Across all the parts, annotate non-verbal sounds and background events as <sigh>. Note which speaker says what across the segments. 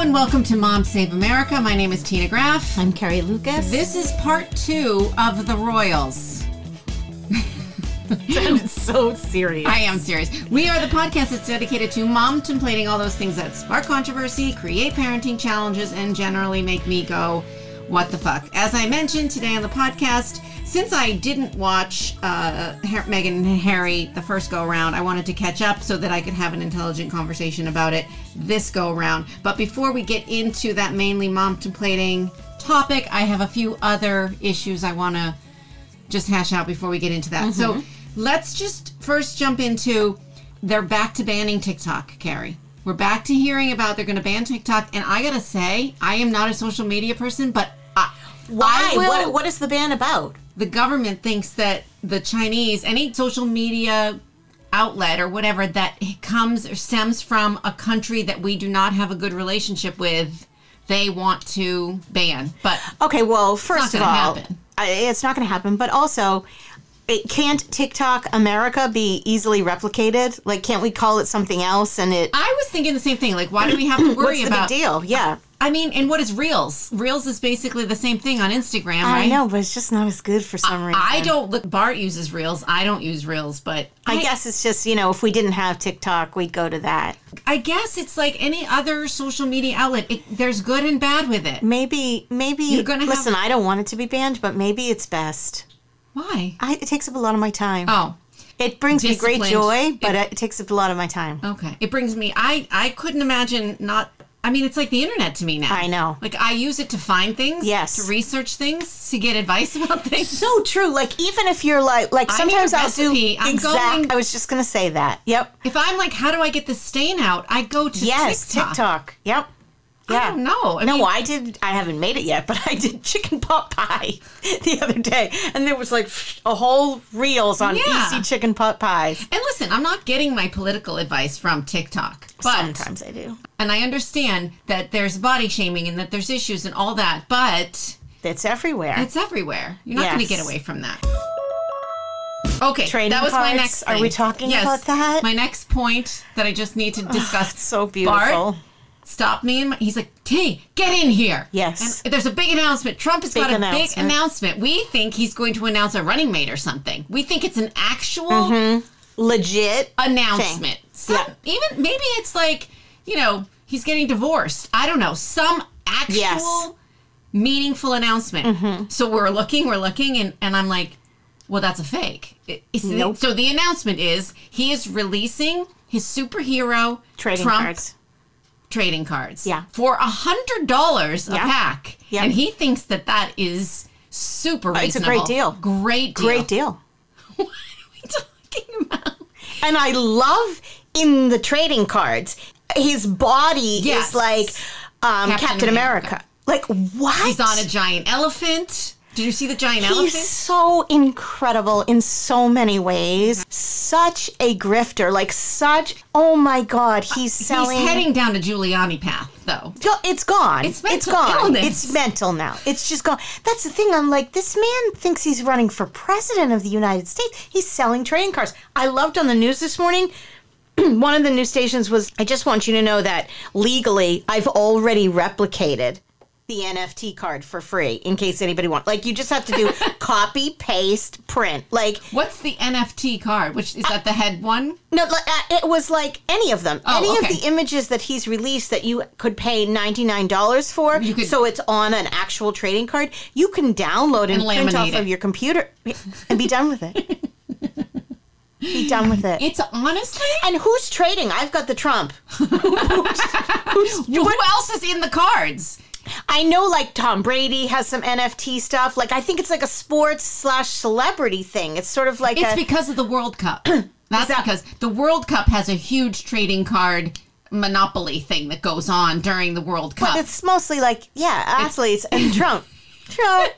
Speaker 1: and welcome to Mom Save America. My name is Tina Graff.
Speaker 2: I'm Carrie Lucas. <laughs>
Speaker 1: This is part two of the Royals.
Speaker 2: is so serious.
Speaker 1: I am serious. We are the podcast that's dedicated to mom contemplating all those things that spark controversy, create parenting challenges, and generally make me go, what the fuck? As I mentioned today on the podcast, since I didn't watch uh, Har- Meghan and Harry the first go around, I wanted to catch up so that I could have an intelligent conversation about it this go around. But before we get into that mainly mom contemplating topic, I have a few other issues I want to just hash out before we get into that. So
Speaker 2: Mm-hmm.
Speaker 1: let's just first jump into they're back to banning TikTok, Carrie. We're back to hearing about they're going to ban TikTok. And I got to say, I am not a social media person, but I,
Speaker 2: Why?
Speaker 1: I will-
Speaker 2: What, what is the ban about?
Speaker 1: the government thinks that the Chinese, any social media outlet or whatever that comes or stems from a country that we do not have a good relationship with, they want to ban. But
Speaker 2: Okay, well, first of
Speaker 1: gonna
Speaker 2: all,
Speaker 1: happen.
Speaker 2: I, it's not going to happen. But also, it, can't TikTok America be easily replicated? Like, can't we call it something else? And it
Speaker 1: I was thinking the same thing. Like, why do we have to worry
Speaker 2: what's the
Speaker 1: about
Speaker 2: big deal? Yeah,
Speaker 1: I mean, and what is Reels? Reels is basically the same thing on Instagram,
Speaker 2: I
Speaker 1: right?
Speaker 2: know, but it's just not as good for some reason.
Speaker 1: I don't look. Bart uses Reels. I don't use Reels, but
Speaker 2: I guess it's just you know, if we didn't have TikTok, we'd go to that.
Speaker 1: I guess it's like any other social media outlet. It, there's good and bad with it.
Speaker 2: Maybe, maybe.
Speaker 1: You're gonna have-
Speaker 2: listen. I don't want it to be banned, but maybe it's best.
Speaker 1: Why?
Speaker 2: I, it takes up a lot of my time.
Speaker 1: Oh,
Speaker 2: It brings me great
Speaker 1: Disciplined. Oh.
Speaker 2: joy, but it, takes up a lot of my time.
Speaker 1: okay. It brings me. I I couldn't imagine not. I mean, it's like the internet to me now.
Speaker 2: I know.
Speaker 1: Like I use it to find things.
Speaker 2: Yes.
Speaker 1: To research things. To get advice <laughs> about things.
Speaker 2: So true. Like even if you're like like
Speaker 1: I
Speaker 2: sometimes
Speaker 1: need a
Speaker 2: I'll do
Speaker 1: recipe. I'm
Speaker 2: exact.
Speaker 1: going-
Speaker 2: I was just gonna say that. Yep.
Speaker 1: if I'm like, how do I get the stain out? I go to
Speaker 2: Yes.
Speaker 1: TikTok.
Speaker 2: TikTok. Yep.
Speaker 1: I
Speaker 2: Yeah.
Speaker 1: don't know. I
Speaker 2: no,
Speaker 1: mean-
Speaker 2: I did. I haven't made it yet, <laughs> but I did chicken pot pie <laughs> the other day, and there was like a whole reels on
Speaker 1: Yeah.
Speaker 2: easy chicken pot pies.
Speaker 1: And listen, I'm not getting my political advice from TikTok, but
Speaker 2: Sometimes I do.
Speaker 1: and I understand that there's body shaming and that there's issues and all that, but
Speaker 2: It's everywhere.
Speaker 1: it's everywhere. You're not going to
Speaker 2: Yes.
Speaker 1: get away from that. Okay,
Speaker 2: Trading
Speaker 1: that was my
Speaker 2: cards?
Speaker 1: next.
Speaker 2: Are
Speaker 1: thing.
Speaker 2: we talking
Speaker 1: Yes,
Speaker 2: about that?
Speaker 1: My next point that I just need to discuss.
Speaker 2: so beautiful.
Speaker 1: Bart stopped me and my, he's like, "T, get in here."
Speaker 2: Yes.
Speaker 1: And there's a big announcement. Trump has got a big
Speaker 2: announcement.
Speaker 1: announcement. We think he's going to announce a running mate or something. We think it's an actual
Speaker 2: Mm-hmm. Legit.
Speaker 1: Uh, announcement. Some,
Speaker 2: Yeah.
Speaker 1: Even maybe it's like, you know, he's getting divorced. I don't know. Some actual
Speaker 2: Yes. Mm-hmm.
Speaker 1: meaningful announcement. So we're looking, we're looking, and, and I'm like, well, that's a fake. I- is the-
Speaker 2: Nope.
Speaker 1: so the announcement is he is releasing his superhero
Speaker 2: Trading
Speaker 1: Trump
Speaker 2: cards.
Speaker 1: trading cards.
Speaker 2: Yeah.
Speaker 1: For a hundred dollars a
Speaker 2: Yeah.
Speaker 1: pack.
Speaker 2: Yeah. Oh,
Speaker 1: And he thinks that that is super reasonable.
Speaker 2: it's a great deal.
Speaker 1: Great deal.
Speaker 2: Great deal.
Speaker 1: <laughs> what are we talking about?
Speaker 2: And I love in the trading cards, his body
Speaker 1: Yes.
Speaker 2: is like um,
Speaker 1: Captain
Speaker 2: Captain, America.
Speaker 1: America.
Speaker 2: Like, what?
Speaker 1: He's on a giant elephant. Did you see the giant
Speaker 2: He's
Speaker 1: elephant?
Speaker 2: so incredible in so many ways. Such a grifter. Like, such. Oh my God, he's selling.
Speaker 1: He's heading down a Giuliani path, though.
Speaker 2: Go- it's gone.
Speaker 1: It's
Speaker 2: it's
Speaker 1: mental
Speaker 2: gone.
Speaker 1: illness.
Speaker 2: It's mental now. It's just gone. That's the thing. I'm like, this man thinks he's running for president of the United States. He's selling trading cards. I loved on the news this morning. <clears throat> One of the news stations was, I just want you to know that legally, I've already replicated the NFT card for free in case anybody wants. Like, you just have to do
Speaker 1: <laughs>
Speaker 2: copy, paste, print. Like,
Speaker 1: What's the NFT card? Which is that the head one?
Speaker 2: no, li- uh, it was like any of them.
Speaker 1: Oh,
Speaker 2: any
Speaker 1: okay.
Speaker 2: of the images that he's released that you could pay $99 for,
Speaker 1: You could-
Speaker 2: so it's on an actual trading card, you can download
Speaker 1: And
Speaker 2: and, print off
Speaker 1: laminate it.
Speaker 2: of your computer and be done
Speaker 1: <laughs>
Speaker 2: with it. be done with it.
Speaker 1: It's honestly.
Speaker 2: and who's trading? I've got the Trump.
Speaker 1: Who else is in the cards?
Speaker 2: I know like Tom Brady has some NFT stuff. Like I think it's like a sports slash celebrity thing. It's sort of like
Speaker 1: It's
Speaker 2: a,
Speaker 1: because of the World Cup. <clears throat> That's because the World Cup has a huge trading card monopoly thing that goes on during the World Cup.
Speaker 2: It's mostly like, yeah, athletes <laughs> and Trump. Trump.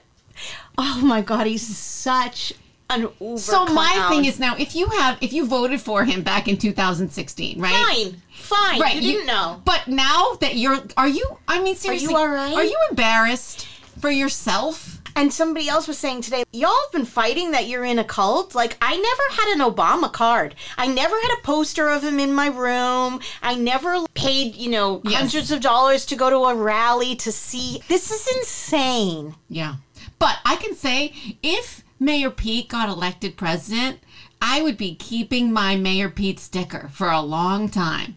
Speaker 2: Oh my God, he's such an uber
Speaker 1: so my
Speaker 2: clown.
Speaker 1: thing is now, if you have, if you voted for him back in 2016, right?
Speaker 2: fine, fine.
Speaker 1: Right.
Speaker 2: you didn't know.
Speaker 1: But now that you're, are you? I mean, seriously,
Speaker 2: all right?
Speaker 1: Are you embarrassed for yourself?
Speaker 2: And somebody else was saying today, y'all have been fighting that you're in a cult. Like, I never had an Obama card. I never had a poster of him in my room. I never paid, you know,
Speaker 1: Yes.
Speaker 2: hundreds of dollars to go to a rally to see. This is insane.
Speaker 1: Yeah. But I can say if Mayor Pete got elected president, I would be keeping my Mayor Pete sticker for a long time.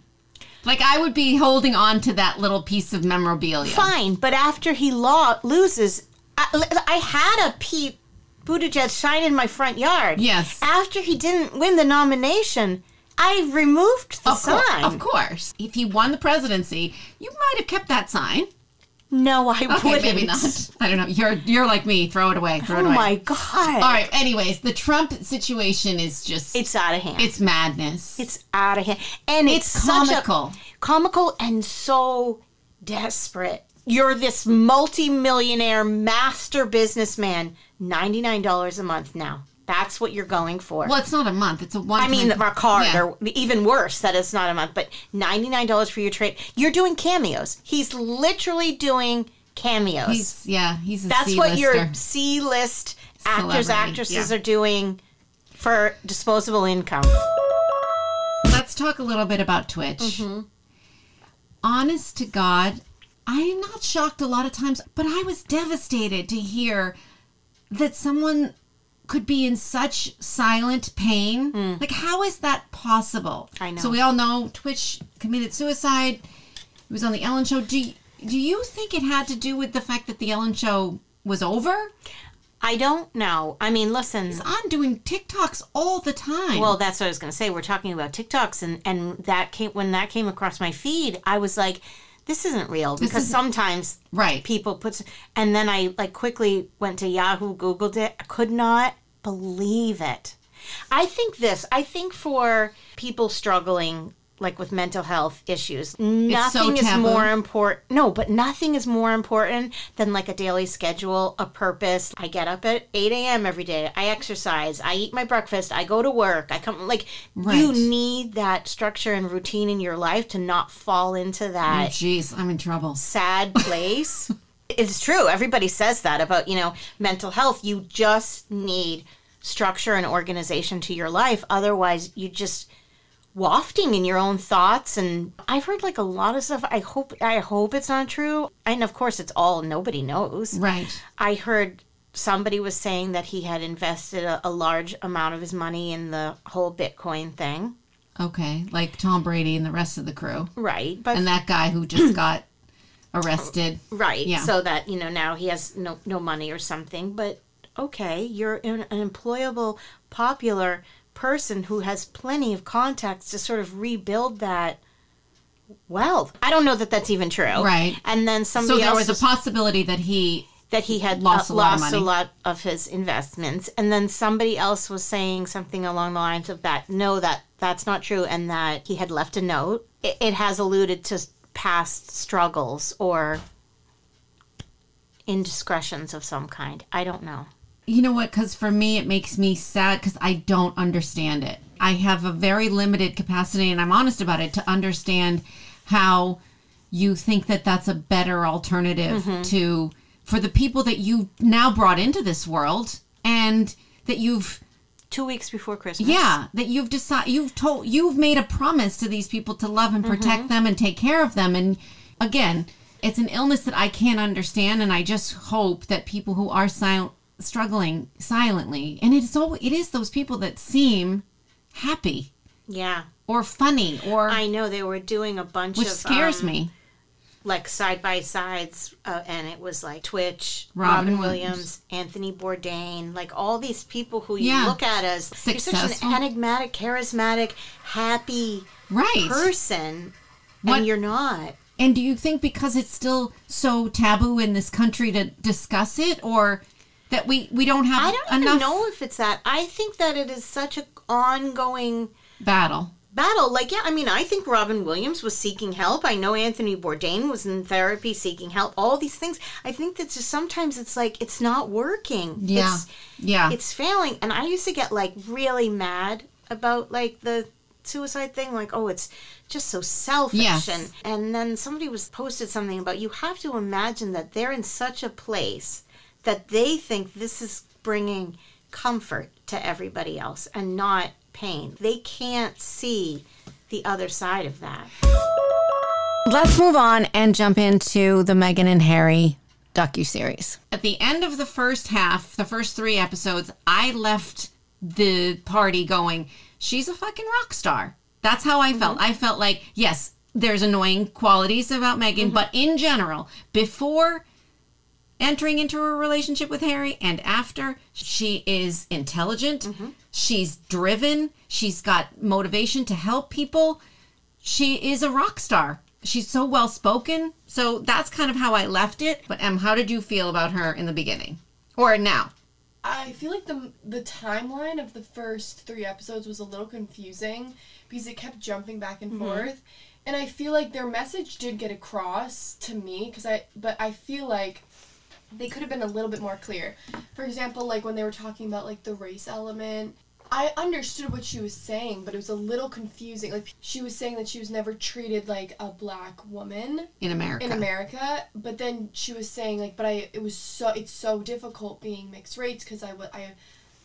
Speaker 1: Like I would be holding on to that little piece of memorabilia.
Speaker 2: Fine, but after he law loses, I, I had a Pete Buttigieg sign in my front yard.
Speaker 1: Yes.
Speaker 2: After he didn't win the nomination, I removed the
Speaker 1: Of, cour-
Speaker 2: sign.
Speaker 1: of course. If he won the presidency, you might have kept that sign.
Speaker 2: No, I
Speaker 1: Okay,
Speaker 2: wouldn't.
Speaker 1: maybe not. I don't know. You're you're like me. Throw it away. Throw
Speaker 2: Oh
Speaker 1: it away.
Speaker 2: my god!
Speaker 1: All right. Anyways, the Trump situation is just it's,
Speaker 2: It's out of hand. It's,
Speaker 1: madness.
Speaker 2: out of hand, and it's,
Speaker 1: It's
Speaker 2: such a-
Speaker 1: comical.
Speaker 2: comical, and so desperate. You're this multi-millionaire master businessman. Ninety-nine dollars a month now. That's what you're going for.
Speaker 1: well, it's not a month. It's a one.
Speaker 2: I mean, our card,
Speaker 1: Mm-hmm. Yeah.
Speaker 2: or even worse, that it's not a month, but ninety-nine dollars for your trade. You're doing cameos. He's literally doing cameos.
Speaker 1: He's yeah. He's a
Speaker 2: That's what
Speaker 1: C-lister.
Speaker 2: your C-list actors,
Speaker 1: Celebrity,
Speaker 2: actresses
Speaker 1: yeah.
Speaker 2: are doing for disposable income.
Speaker 1: Let's talk a little bit about Twitch.
Speaker 2: Mm-hmm.
Speaker 1: Honest to God, I am not shocked a lot of times, but I was devastated to hear that someone could be in such silent pain. Like, how is that possible?
Speaker 2: Mm. I know.
Speaker 1: So we all know Twitch committed suicide. He was on the Ellen Show. Do you, do you think it had to do with the fact that the Ellen Show was over?
Speaker 2: I don't know. I mean, listen.
Speaker 1: I'm doing TikToks all the time.
Speaker 2: Well, that's what I was going to say. We're talking about TikToks, and and that came when that came across my feed. I was like, this isn't real because
Speaker 1: isn't-
Speaker 2: sometimes
Speaker 1: right.
Speaker 2: people put. s- And then I like quickly went to Yahoo, googled it. I could not believe it. I think this. I think for people struggling like with mental health issues, nothing is
Speaker 1: taboo.
Speaker 2: more important. No, but nothing is more important than like a daily schedule, a purpose. I get up at 8 a.m. every day. I exercise. I eat my breakfast. I go to work. I come, like, you
Speaker 1: Right.
Speaker 2: need that structure and routine in your life to not fall into that
Speaker 1: Jeez, I'm in trouble.
Speaker 2: sad <laughs> place. it's true. Everybody says that about, you know, mental health. You just need structure and organization to your life. Otherwise, you just wafting in your own thoughts and I've heard like a lot of stuff. I hope I hope it's not true. And of course it's all nobody knows.
Speaker 1: Right.
Speaker 2: I heard somebody was saying that he had invested a, a large amount of his money in the whole Bitcoin thing.
Speaker 1: Okay, like Tom Brady and the rest of the crew,
Speaker 2: Right. But
Speaker 1: and that guy who just got arrested.
Speaker 2: Right.
Speaker 1: Yeah.
Speaker 2: So that, you know, now he has no, no money or something. But okay, you're an, an employable, popular person who has plenty of contacts to sort of rebuild that wealth. I don't know that that's even true.
Speaker 1: Right.
Speaker 2: And then
Speaker 1: So
Speaker 2: somebody
Speaker 1: there
Speaker 2: else
Speaker 1: was a
Speaker 2: was-
Speaker 1: possibility that he.
Speaker 2: that he had
Speaker 1: Lost
Speaker 2: uh,
Speaker 1: a lot of
Speaker 2: lost
Speaker 1: money.
Speaker 2: a lot of his investments. And then somebody else was saying something along the lines of that, no, that that's not true, and that he had left a note. It, it has alluded to past struggles or indiscretions of some kind. I don't know.
Speaker 1: You know what? Because for me, it makes me sad because I don't understand it. I have a very limited capacity, and I'm honest about it, to understand how you think that that's a better alternative to for the people that you now brought into this world and that you've
Speaker 2: Two weeks before Christmas.
Speaker 1: Yeah, that you've decided you've told you've made a promise to these people to love and
Speaker 2: Mm-hmm.
Speaker 1: protect them and take care of them and again, it's an illness that I can't understand and I just hope that people who are sil- struggling silently and it's all it is those people that seem happy
Speaker 2: Yeah.
Speaker 1: or funny or
Speaker 2: I know they were doing a bunch
Speaker 1: which
Speaker 2: of
Speaker 1: scares
Speaker 2: um,
Speaker 1: me.
Speaker 2: like side by sides, uh, and it was like Twitch,
Speaker 1: Robin
Speaker 2: Robin, Williams, Anthony Bourdain, like all these people who
Speaker 1: Yeah.
Speaker 2: you look at as you're such
Speaker 1: Successful.
Speaker 2: an enigmatic, charismatic, happy
Speaker 1: Right.
Speaker 2: person,
Speaker 1: What-
Speaker 2: and you're not.
Speaker 1: And do you think because it's still so taboo in this country to discuss it or that we we don't have
Speaker 2: I don't even
Speaker 1: enough
Speaker 2: know if it's that. I think that it is such a ongoing
Speaker 1: battle?
Speaker 2: battle. Like, yeah, I mean, I think Robin Williams was seeking help. I know Anthony Bourdain was in therapy seeking help. All these things. I think that just sometimes it's like it's not working.
Speaker 1: Yeah.
Speaker 2: It's-
Speaker 1: yeah.
Speaker 2: it's failing and i used to get like really mad about like the suicide thing like oh it's just so selfish
Speaker 1: Yes.
Speaker 2: and and then somebody was posted something about you have to imagine that they're in such a place that they think this is bringing comfort to everybody else and not pain. They can't see the other side of that.
Speaker 1: Let's move on and jump into the Meghan and Harry docuseries. At the end of the first half, the first three episodes, I left the party going, she's a fucking rock star. That's how I felt. I felt like, yes, there's annoying qualities about Megan, but in general, before entering into a relationship with Harry and after, she is intelligent. She's driven. She's got motivation to help people. She is a rock star. She's so well spoken. So that's kind of how I left it. But Em, how did you feel about her in the beginning or now?
Speaker 3: I feel like the the timeline of the first three episodes was a little confusing because it kept jumping back and
Speaker 1: Mm-hmm.
Speaker 3: forth, and I feel like their message did get across to me because I but I feel like they could have been a little bit more clear. For example, like when they were talking about like the race element. I understood what she was saying, but it was a little confusing. Like she was saying that she was never treated like a black woman,
Speaker 1: In America.
Speaker 3: in America, but then she was saying like, but I it was so it's so difficult being mixed race because I wa- I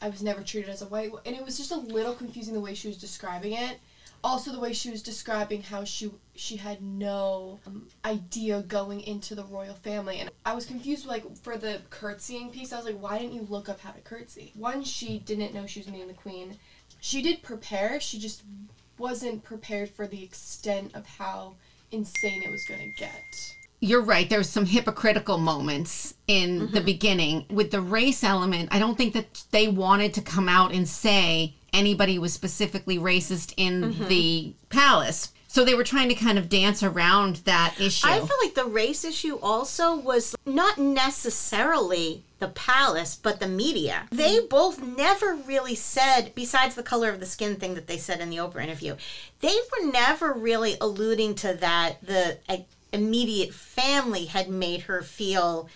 Speaker 3: I was never treated as a white, wo- and it was just a little confusing the way she was describing it. Also, the way she was describing how she she had no um, idea going into the royal family, and I was confused. Like for the curtsying piece, I was like, why didn't you look up how to curtsy? One, she didn't know she was meeting the queen. She did prepare. She just wasn't prepared for the extent of how insane it was going to get.
Speaker 1: you're right. There's some hypocritical moments in
Speaker 3: Mm-hmm.
Speaker 1: the beginning with the race element. I don't think that they wanted to come out and say anybody was specifically racist in
Speaker 3: Mm-hmm.
Speaker 1: the palace. So they were trying to kind of dance around that issue.
Speaker 2: I feel like the race issue also was not necessarily the palace, but the media. They both never really said, besides the color of the skin thing that they said in the Oprah interview, they were never really alluding to that the uh, immediate family had made her feel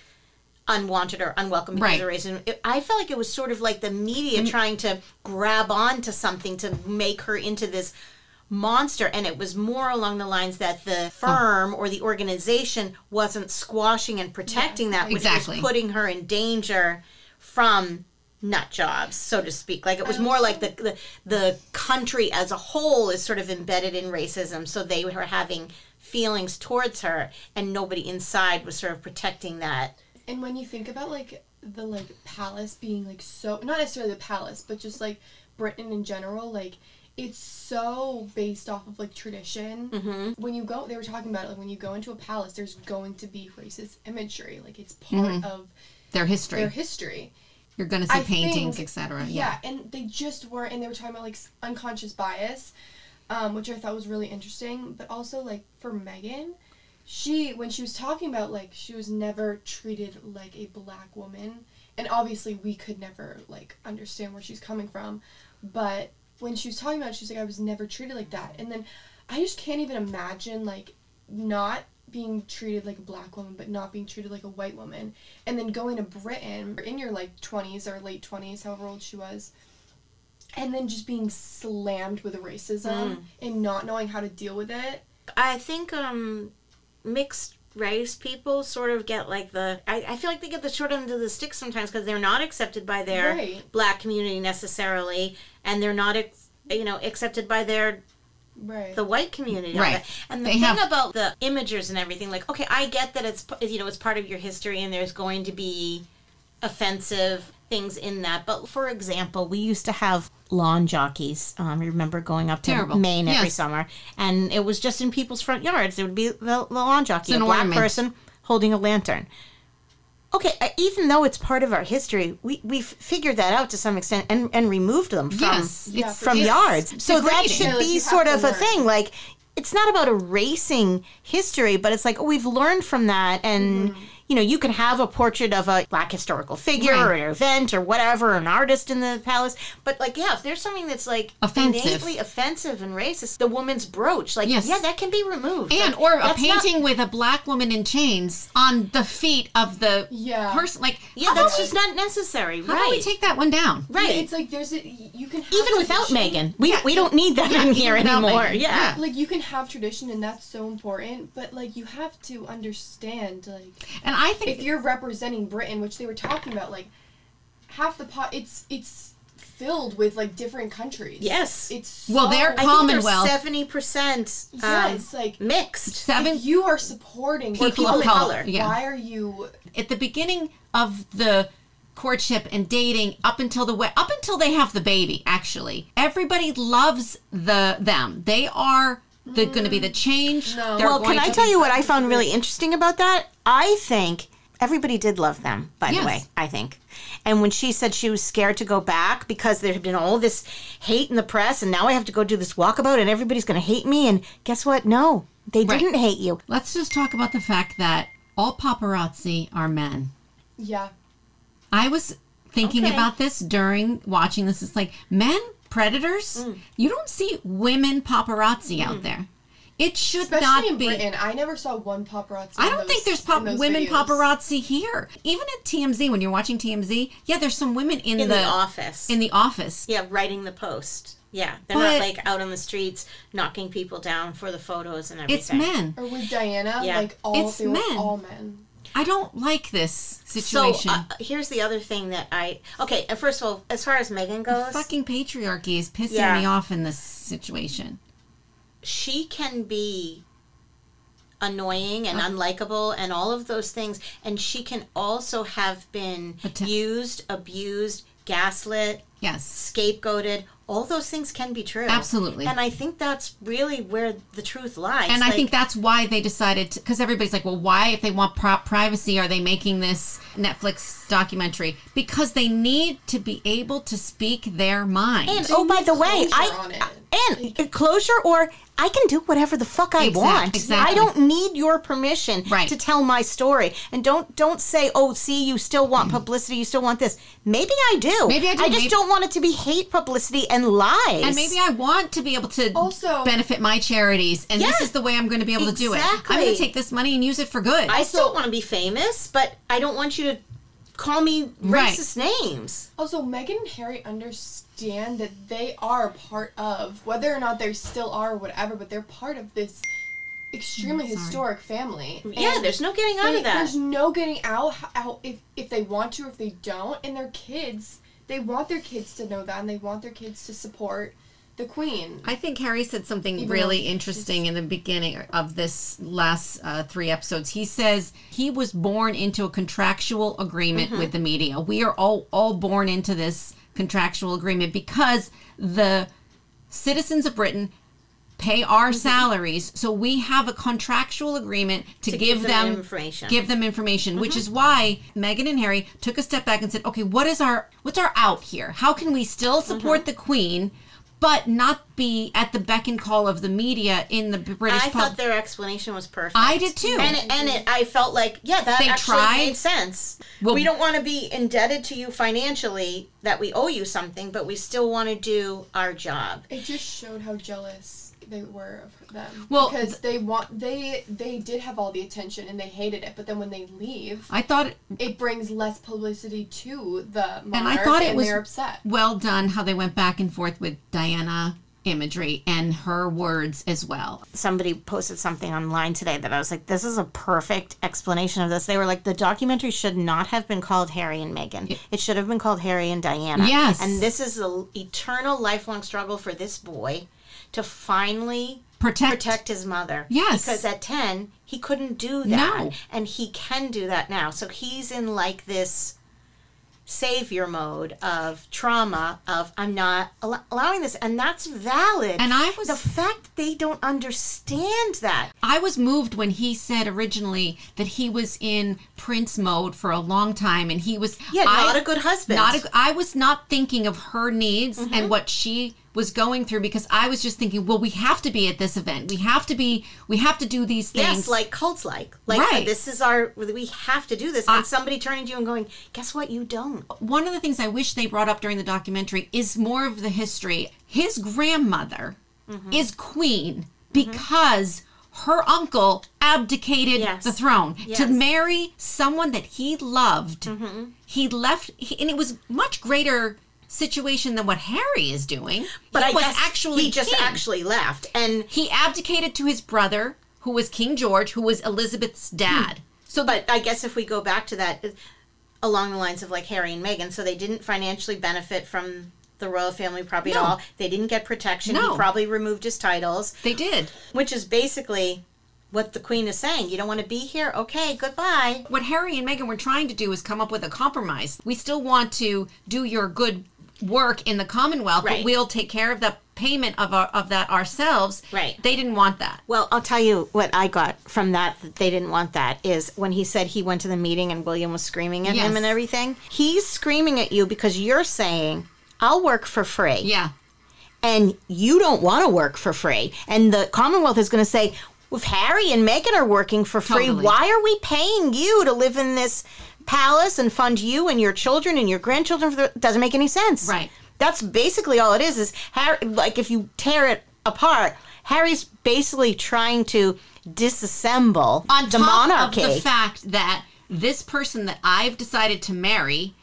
Speaker 2: unwanted or unwelcome
Speaker 1: Right.
Speaker 2: because of
Speaker 1: Mm.
Speaker 2: race. And it- I felt like it was sort of like the media trying to grab onto something to make her into this monster and it was more along the lines that the firm or the organization wasn't squashing and protecting that which
Speaker 1: Exactly.
Speaker 2: was putting her in danger from nut jobs so to speak like it was more like the, the the country as a whole is sort of embedded in racism so they were having feelings towards her and nobody inside was sort of protecting that
Speaker 3: And when you think about like the like palace being like so not necessarily the palace, but just like Britain in general, like it's so based off of like tradition. Mm-hmm. When you go, they were talking about it. Like when you go into a palace, there's going to be racist imagery. Like it's part of
Speaker 1: their history.
Speaker 3: their history.
Speaker 1: you're going to see
Speaker 3: I
Speaker 1: paintings,
Speaker 3: think-
Speaker 1: etc.
Speaker 3: Yeah. and they just were, and they were talking about like s- unconscious bias, um, which I thought was really interesting. But also like for Megan, she when she was talking about like she was never treated like a black woman, and obviously we could never like understand where she's coming from, but when she was talking about, it, she was like, I was never treated like that, and then I just can't even imagine like not being treated like a black woman but not being treated like a white woman and then going to britain in your like 20s or late 20s however old she was and then just being slammed with racism and not knowing how to deal with it
Speaker 2: I think um mixed race people sort of get like the I, I feel like they get the short end of the stick sometimes because they're not accepted by their
Speaker 3: Right.
Speaker 2: black community necessarily and they're not ex- you know accepted by their
Speaker 3: right
Speaker 2: the white community
Speaker 1: Right.
Speaker 2: and the
Speaker 1: They
Speaker 2: thing
Speaker 1: have-
Speaker 2: about the imagers and everything like okay i get that it's p- you know it's part of your history and there's going to be offensive things in that but for example we used to have lawn jockeys um, I remember going up to
Speaker 1: Terrible.
Speaker 2: maine every
Speaker 1: Yes.
Speaker 2: summer and it was just in people's front yards there would be the, the lawn
Speaker 1: It's
Speaker 2: jockey a
Speaker 1: an
Speaker 2: black
Speaker 1: ornament.
Speaker 2: person holding a lantern okay uh, even though it's part of our history we, we've figured that out to some extent and, and removed them from
Speaker 1: Yes.
Speaker 3: Yeah,
Speaker 1: it's
Speaker 3: for
Speaker 2: from
Speaker 3: It's
Speaker 2: yards. So that
Speaker 1: degrading.
Speaker 2: should
Speaker 3: Like, you
Speaker 2: be
Speaker 3: have
Speaker 2: sort
Speaker 3: to
Speaker 2: of a
Speaker 3: learn.
Speaker 2: thing. Like, it's not about erasing history, but it's like, oh, we've learned from that. And,
Speaker 1: Mm-hmm.
Speaker 2: you know, you can have a portrait of a black historical figure or
Speaker 1: Right.
Speaker 2: an event or whatever, or an artist in the palace. But, like, yeah, if there's something that's like
Speaker 1: Offensive.
Speaker 2: innately offensive and racist, the woman's brooch, like,
Speaker 1: Yes.
Speaker 2: yeah, that can be removed.
Speaker 1: And
Speaker 2: Like,
Speaker 1: or a
Speaker 2: that's not-
Speaker 1: painting with a black woman in chains on the feet of the
Speaker 3: Yeah.
Speaker 1: person. Like,
Speaker 2: yeah,
Speaker 1: how about
Speaker 2: that's
Speaker 1: we-
Speaker 2: just not necessary.
Speaker 1: How
Speaker 2: right.
Speaker 1: about we take that one down?
Speaker 3: Yeah,
Speaker 2: right.
Speaker 3: it's like there's a you can have
Speaker 2: even without
Speaker 3: tradition-
Speaker 2: Megan, we, we don't need that in here
Speaker 1: without
Speaker 2: anymore.
Speaker 1: Meghan. Yeah.
Speaker 2: Yeah.
Speaker 3: like you can have tradition and that's so important but like you have to understand like
Speaker 1: And and I think
Speaker 3: if you're representing Britain, which they were talking about, like half the pot, it's it's filled with like different countries.
Speaker 2: Yes.
Speaker 3: it's
Speaker 1: Well, they're
Speaker 3: so-
Speaker 2: I think
Speaker 1: Commonwealth.
Speaker 2: seventy percent um,
Speaker 3: yes, like
Speaker 2: mixed.
Speaker 1: seven
Speaker 3: if you are supporting
Speaker 1: people,
Speaker 2: people
Speaker 1: of
Speaker 2: of
Speaker 1: color.
Speaker 2: color.
Speaker 1: Yeah.
Speaker 3: Why are you?
Speaker 1: At the beginning of the courtship and dating up until the we- up until they have the baby actually everybody loves the them they are they're going to be the change
Speaker 3: Mm. No.
Speaker 1: They're
Speaker 2: Well,
Speaker 1: going
Speaker 2: can I
Speaker 1: to
Speaker 2: tell
Speaker 1: be-
Speaker 2: you what I found really interesting about that? I think everybody did love them, by
Speaker 1: Yes.
Speaker 2: the way, I think. And when she said she was scared to go back because there had been all this hate in the press and now I have to go do this walkabout and everybody's going to hate me and guess what? No. They
Speaker 1: Right.
Speaker 2: didn't hate you.
Speaker 1: let's just talk about the fact that all paparazzi are men
Speaker 3: Yeah,
Speaker 1: I was thinking
Speaker 2: Okay.
Speaker 1: about this during watching this. It's like men predators.
Speaker 3: Mm.
Speaker 1: You don't see women paparazzi out there. It should
Speaker 3: especially
Speaker 1: not
Speaker 3: in
Speaker 1: be.
Speaker 3: Britain. I never saw one paparazzi.
Speaker 1: I
Speaker 3: in
Speaker 1: don't
Speaker 3: those-
Speaker 1: think there's pop-
Speaker 3: in those
Speaker 1: women
Speaker 3: videos.
Speaker 1: paparazzi here. Even at TMZ, when you're watching TMZ, yeah, there's some women in,
Speaker 2: In the, office.
Speaker 1: In the office.
Speaker 2: yeah, writing the post. Yeah. They're
Speaker 1: But-
Speaker 2: not like out on the streets knocking people down for the photos and everything.
Speaker 1: It's men.
Speaker 3: Or with Diana,
Speaker 2: Yeah.
Speaker 3: like all
Speaker 1: It's
Speaker 3: they were
Speaker 1: men.
Speaker 3: all men.
Speaker 1: I don't like this
Speaker 2: So
Speaker 1: situation.
Speaker 2: uh, here's the other thing that I okay. uh, First of all, as far as Megan goes,
Speaker 1: Fucking patriarchy is pissing
Speaker 2: uh, Yeah.
Speaker 1: me off in this situation.
Speaker 2: she can be annoying and unlikable and all of those things and she can also have been
Speaker 1: Atta-
Speaker 2: used abused gaslit
Speaker 1: Yes.
Speaker 2: scapegoated all those things can be true
Speaker 1: Absolutely.
Speaker 2: and i think that's really where the truth lies
Speaker 1: and I
Speaker 2: Like,
Speaker 1: think that's why they decided because everybody's like, well, why if they want prop privacy are they making this Netflix documentary? Because they need to be able to speak their mind.
Speaker 2: and oh by the way
Speaker 3: Closure
Speaker 2: i
Speaker 3: on it.
Speaker 2: and uh, closure or I can do whatever the fuck I
Speaker 1: Exact-
Speaker 2: want.
Speaker 1: exactly.
Speaker 2: I don't need your permission
Speaker 1: Right.
Speaker 2: to tell my story. And don't don't say, "Oh, see, you still want publicity, you still want this." Maybe I do.
Speaker 1: Mm. Maybe I do.
Speaker 2: I just
Speaker 1: Maybe-
Speaker 2: don't want it to be hate publicity and lies.
Speaker 1: And maybe I want to be able to
Speaker 3: Also-
Speaker 1: benefit my charities, and this
Speaker 2: Yeah.
Speaker 1: is the way I'm going to be able to do it. I'm going
Speaker 2: Exactly.
Speaker 1: to take this money and use it for good.
Speaker 2: I still want to be famous, but I don't want you to call me
Speaker 1: Right.
Speaker 2: racist names.
Speaker 3: Also, Meghan and Harry understand that they are part of, whether or not they still are or whatever, but they're part of this extremely historic family.
Speaker 2: Mm, yeah,
Speaker 3: And
Speaker 2: there's no getting out
Speaker 3: they-
Speaker 2: of that.
Speaker 3: There's no getting out, out if, if they want to, or if they don't. And their kids, they want their kids to know that and they want their kids to support the queen.
Speaker 1: I think Harry said something
Speaker 3: Even
Speaker 1: really
Speaker 3: though
Speaker 1: interesting in the beginning of this last uh, three episodes. He says he was born into a contractual agreement with the media. We are all all born into this contractual agreement because the citizens of Britain pay our salaries, so we have a contractual agreement to, give, them,
Speaker 2: information.
Speaker 1: Give them information, which is why Meghan and Harry took a step back and said, "Okay, what is our what's our out here? How can we still support the Queen, but not be at the beck and call of the media in the British
Speaker 2: I
Speaker 1: pub?"
Speaker 2: thought their explanation was perfect.
Speaker 1: I did too.
Speaker 2: and it, and it, I felt like yeah, that
Speaker 1: They
Speaker 2: actually
Speaker 1: tried.
Speaker 2: made sense.
Speaker 1: Well-
Speaker 2: we don't want to be indebted to you financially that we owe you something, but we still want to do our job.
Speaker 3: It just showed how jealous they were of them.
Speaker 1: Well,
Speaker 3: because they want they they did have all the attention and they hated it, but then when they leave,
Speaker 1: I thought
Speaker 3: it brings less publicity to the monarch,
Speaker 1: and
Speaker 3: and,
Speaker 1: I thought it was
Speaker 3: they're upset.
Speaker 1: well done how they went back and forth with Diana imagery and her words as well.
Speaker 2: somebody posted something online today that I was like, this is a perfect explanation of this. They were like, the documentary should not have been called Harry and Meghan. It should have been called Harry and Diana.
Speaker 1: Yes.
Speaker 2: And this is the eternal lifelong struggle for this boy to finally
Speaker 1: Protect,
Speaker 2: protect his mother.
Speaker 1: Yes.
Speaker 2: Because at 10, he couldn't do that.
Speaker 1: No.
Speaker 2: And he can do that now. So he's in like this savior mode of trauma of I'm not al- allowing this and that's valid.
Speaker 1: And I was-
Speaker 2: the fact that they don't understand that.
Speaker 1: I was moved when he said originally that he was in prince mode for a long time and he was
Speaker 2: Yeah,
Speaker 1: I-
Speaker 2: not a Mm-hmm. good husband.
Speaker 1: Not a, I was not thinking of her needs and what she was going through because I was just thinking, well, we have to be at this event. We have to be. We have to do these things.
Speaker 2: Yes, like cults like. Like
Speaker 1: Right.
Speaker 2: this is our we have to do this. and somebody turning to you and going, Guess what? You don't.
Speaker 1: one of the things I wish they brought up during the documentary is more of the history. His grandmother
Speaker 2: Mm-hmm.
Speaker 1: is queen because her uncle abdicated
Speaker 2: Yes.
Speaker 1: the throne to
Speaker 2: Yes. Mm-hmm.
Speaker 1: marry someone that he loved. He left, he, and it was much greater situation than what Harry is doing.
Speaker 2: But
Speaker 1: he
Speaker 2: I
Speaker 1: was
Speaker 2: guess
Speaker 1: actually
Speaker 2: he just
Speaker 1: king.
Speaker 2: actually left. And
Speaker 1: he abdicated to his brother, who was King George, who was Elizabeth's dad.
Speaker 2: So, but I guess if we go back to that, it- along the lines of like Harry and Meghan, so they didn't financially benefit from the royal family probably
Speaker 1: No.
Speaker 2: at all. They didn't get protection.
Speaker 1: No.
Speaker 2: He probably removed his titles,
Speaker 1: They did.
Speaker 2: which is basically what the Queen is saying. You don't want to be here? Okay, goodbye.
Speaker 1: What Harry and Meghan were trying to do is come up with a compromise. We still want to do your good work in the Commonwealth, but
Speaker 2: Right.
Speaker 1: we'll take care of the payment of our, of that ourselves.
Speaker 2: Right.
Speaker 1: They didn't want that.
Speaker 2: Well, I'll tell you what I got from that. That they didn't want that is when he said he went to the meeting and William was screaming at
Speaker 1: Yes.
Speaker 2: him and everything. He's screaming at you because you're saying, "I'll work for free."
Speaker 1: Yeah.
Speaker 2: and you don't want to work for free. And the Commonwealth is going to say, if Harry and Meghan are working for free,
Speaker 1: Totally.
Speaker 2: why are we paying you to live in this palace and fund you and your children and your grandchildren? For the, doesn't make any sense.
Speaker 1: Right.
Speaker 2: That's basically all it is. Is Harry like if you tear it apart, Harry's basically trying to disassemble
Speaker 1: on
Speaker 2: the
Speaker 1: top
Speaker 2: monarchy.
Speaker 1: of the fact that this person that I've decided to marry